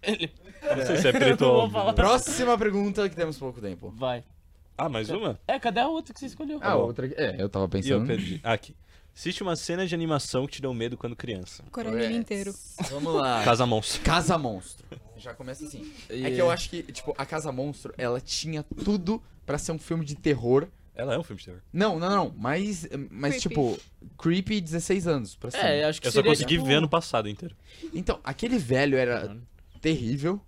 Ele... Não sei se é preto
Eu não
ou...
vou falar.
Pro-
Próxima pergunta, que temos pouco tempo.
Vai.
Ah, mais uma? Tá
É, cadê a outra que você escolheu?
Ah, outra... É, eu tava
E eu
pensando...
perdi. Ah, Aqui. Assiste uma cena de animação que te deu medo quando criança.
É.
Coralilho inteiro.
Vamos lá.
Casa Monstro.
Ah. Casa Monstro. Já começa assim. É que eu acho que, tipo, a Casa Monstro, ela tinha tudo pra ser um filme de terror.
Ela é um filme de terror.
Não, não, não. Mas, mas
Creepy.
tipo, creepy 16 anos pra cima.
É, acho que
Eu só
seria,
consegui
tipo,
ver ano passado inteiro.
Então, aquele velho era
Uhum.
terrível.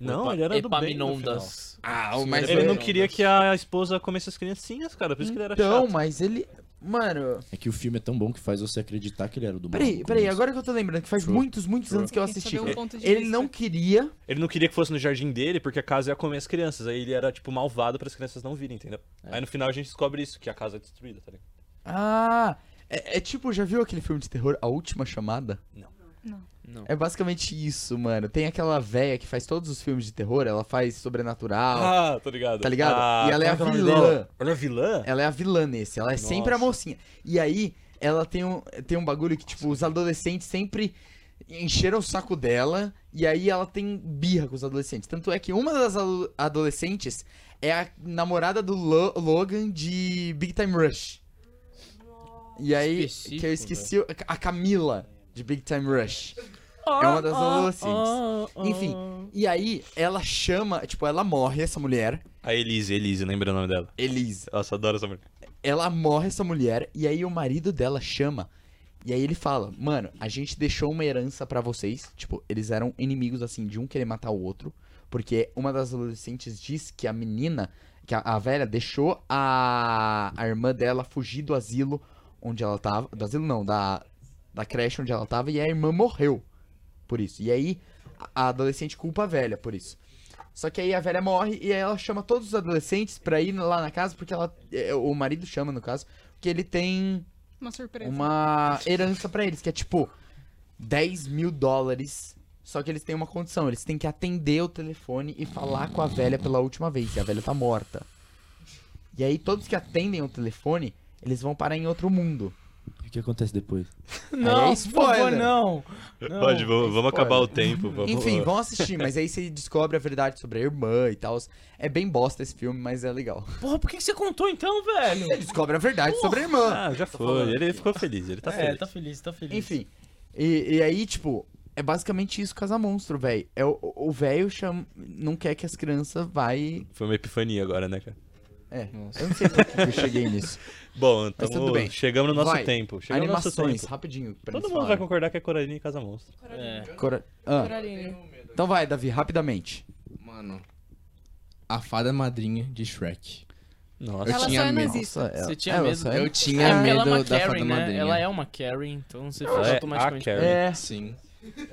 Não, ele era do bem no final.
Epaminondas.
Ah,
Sim,
mas...
Ele
Foi-
não queria que a esposa comesse as criancinhas, cara. Por isso que ele era
Então,
chato.
mas ele... Mano...
É que o filme é tão bom que faz você acreditar que ele era o do mal.
Peraí, peraí. Agora que eu tô lembrando, que faz
Sure.
muitos, muitos anos que eu
Quem
assisti.
sabe é um ponto de
Ele
vista.
não queria...
Ele não queria que fosse no jardim dele, porque a casa ia comer as crianças. Aí ele era, tipo, malvado para as crianças não virem, entendeu?
É.
Aí no final a gente descobre isso, que a casa é destruída, tá ligado?
Ah... É, é tipo, já viu aquele filme de terror, A Última Chamada?
Não.
É basicamente isso, mano. Tem aquela véia que faz todos os filmes de terror, ela faz sobrenatural,
Ah, tá ligado.
tá ligado?
Ah,
e ela é a
como que o nome
vilã.
dela? Ela é vilã?
Ela é a vilã nesse, ela é sempre a
Nossa.
mocinha. E aí, ela tem um, tem um bagulho que, tipo, os adolescentes sempre encheram o saco dela, e aí ela tem birra com os adolescentes. Tanto é que uma das ado- adolescentes é a namorada do Lo- Logan de Big Time Rush. E aí, que
Específico, né?
eu esqueci, o- a Camila de Big Time Rush. É uma das adolescentes. Enfim, E aí, ela chama, tipo, ela morre, essa mulher,
A Elise, Elise, lembra o nome dela?
Elisa.
Nossa, adoro essa mulher.
Ela morre, essa mulher, e aí o marido dela chama. E aí ele fala, mano, a gente deixou uma herança pra vocês. Tipo, eles eram inimigos, assim, de um querer matar o outro. Porque uma das adolescentes diz que a menina, que a, a velha, deixou a, a irmã dela fugir do asilo onde ela tava. Do asilo não, da, da creche onde ela tava. E a irmã morreu por isso. E aí a- a adolescente culpa a velha por isso. Só que aí a velha morre e aí ela chama todos os adolescentes pra ir lá na casa, porque ela. é, O marido chama, no caso, porque ele tem
Uma surpresa.
uma herança pra eles, que é tipo 10 mil dólares. Só que eles têm uma condição, eles têm que atender o telefone e falar com a velha pela última vez, e a velha tá morta. E aí todos que atendem o telefone, eles vão parar em outro mundo.
E o que acontece depois?
Não, por
é
favor,
spoiler.
não. Não.
Pode, vamos, vamos acabar o
spoiler.
tempo. Vamos...
Enfim, vão assistir, mas aí você descobre a verdade sobre a irmã e tal. É bem bosta esse filme, mas é legal.
Porra, por que que você contou então, velho?
Ele descobre a verdade sobre a irmã.
Ah, já
falando
foi. Ele ficou feliz, ele tá
é,
feliz.
tá feliz, tá feliz.
Enfim. E, e aí, tipo, é basicamente isso Casa Monstro, velho. É o- o velho chama não quer que as crianças vá e...
Foi uma epifania agora, né, cara?
É, eu não sei por que que eu cheguei nisso.
Bom, então
Mas tudo bem.
chegamos no nosso
Vai.
tempo. Chegamos no nosso
Animações,
tempo.
rapidinho. Pra
Todo
eles
mundo vai
falarem.
concordar que é Coraline e Casa Monstro.
É.
Cora- Ah,
Coraline.
então vai, Davi, rapidamente.
Mano, a fada madrinha de Shrek.
Nossa.
Eu
Ela
tinha
só é
medo.
nazista.
ela-
Você tinha
ela
medo?
só é-
Eu tinha medo
ela é uma
da fada
Karen, né?
madrinha.
Ela é uma Karen, então você
Ela
faz
é a
automaticamente.
Carrie.
É,
Sim.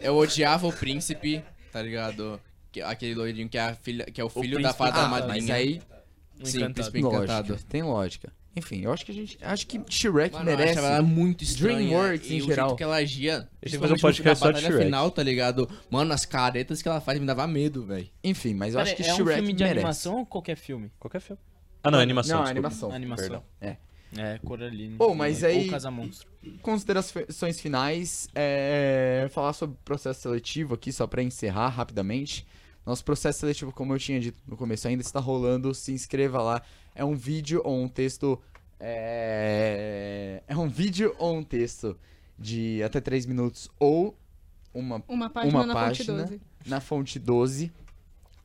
Eu odiava o príncipe, tá ligado? Que- Aquele loirinho que é, a filha, que é o filho da
príncipe
fada
ah, mas
madrinha.
aí, um
Sim,
Um Encantado.
príncipe encantado.
lógica, tem lógica. Enfim, eu acho que a gente, acho que Shrek
Mano, eu
merece.
achava ela é muito estranha.
Dreamworks,
e
em
o
geral.
jeito que ela agia.
que fazer um
principalmente no fim da
podcast só de
batalha
Shrek.
final, tá ligado? Mano, as caretas que ela faz me dava medo, velho.
Enfim, mas eu
Pera,
acho que
é um
Shrek
filme de
merece.
animação ou qualquer filme?
Qualquer filme. Ah, não, é animação.
Não, é
desculpa.
animação.
Animação.
É.
É, Coraline.
Pô, mas aí-
Ou Casamonstro.
Considerações finais, é, falar sobre o processo seletivo aqui, só pra encerrar rapidamente. Nosso processo seletivo, como eu tinha dito no começo, ainda está rolando. Se inscreva lá. É um vídeo ou um texto. É, é um vídeo ou um texto de até 3 minutos ou uma
Uma página
Uma
na
página.
fonte 12.
na fonte 12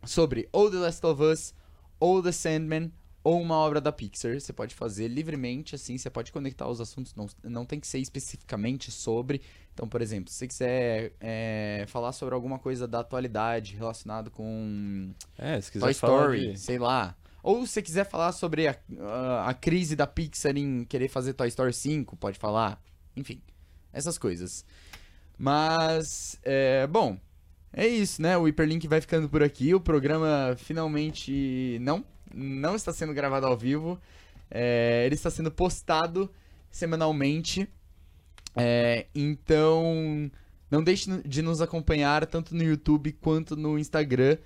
sobre ou The Last of Us, ou The Sandman, ou uma obra da Pixar. Você pode fazer livremente, assim, você pode conectar os assuntos, não, não tem que ser especificamente sobre. Então, por exemplo, se você quiser é, falar sobre alguma coisa da atualidade relacionado com
É, se quiser
Toy
falar
Story,
de-
sei lá. Ou se você quiser falar sobre a, a- a crise da Pixar em querer fazer Toy Story 5, pode falar. Enfim, essas coisas. Mas, é, bom, é isso, né? O Hiperlink vai ficando por aqui. O programa finalmente não, não está sendo gravado ao vivo. É, ele está sendo postado semanalmente. É, então, não deixe de nos acompanhar tanto no YouTube quanto no Instagram.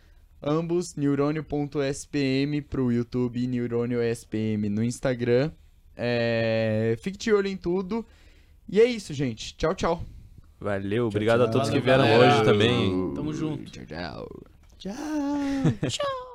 Ambos, neurônio.spm pro YouTube e neurônio.spm no Instagram. É, Fique de olho em tudo. E é isso, gente. Tchau, thank
Valeu, obrigado a todos
Valeu,
que vieram
galera.
hoje também.
Tamo junto.
Tchau, tchau.
Tchau!
Tchau.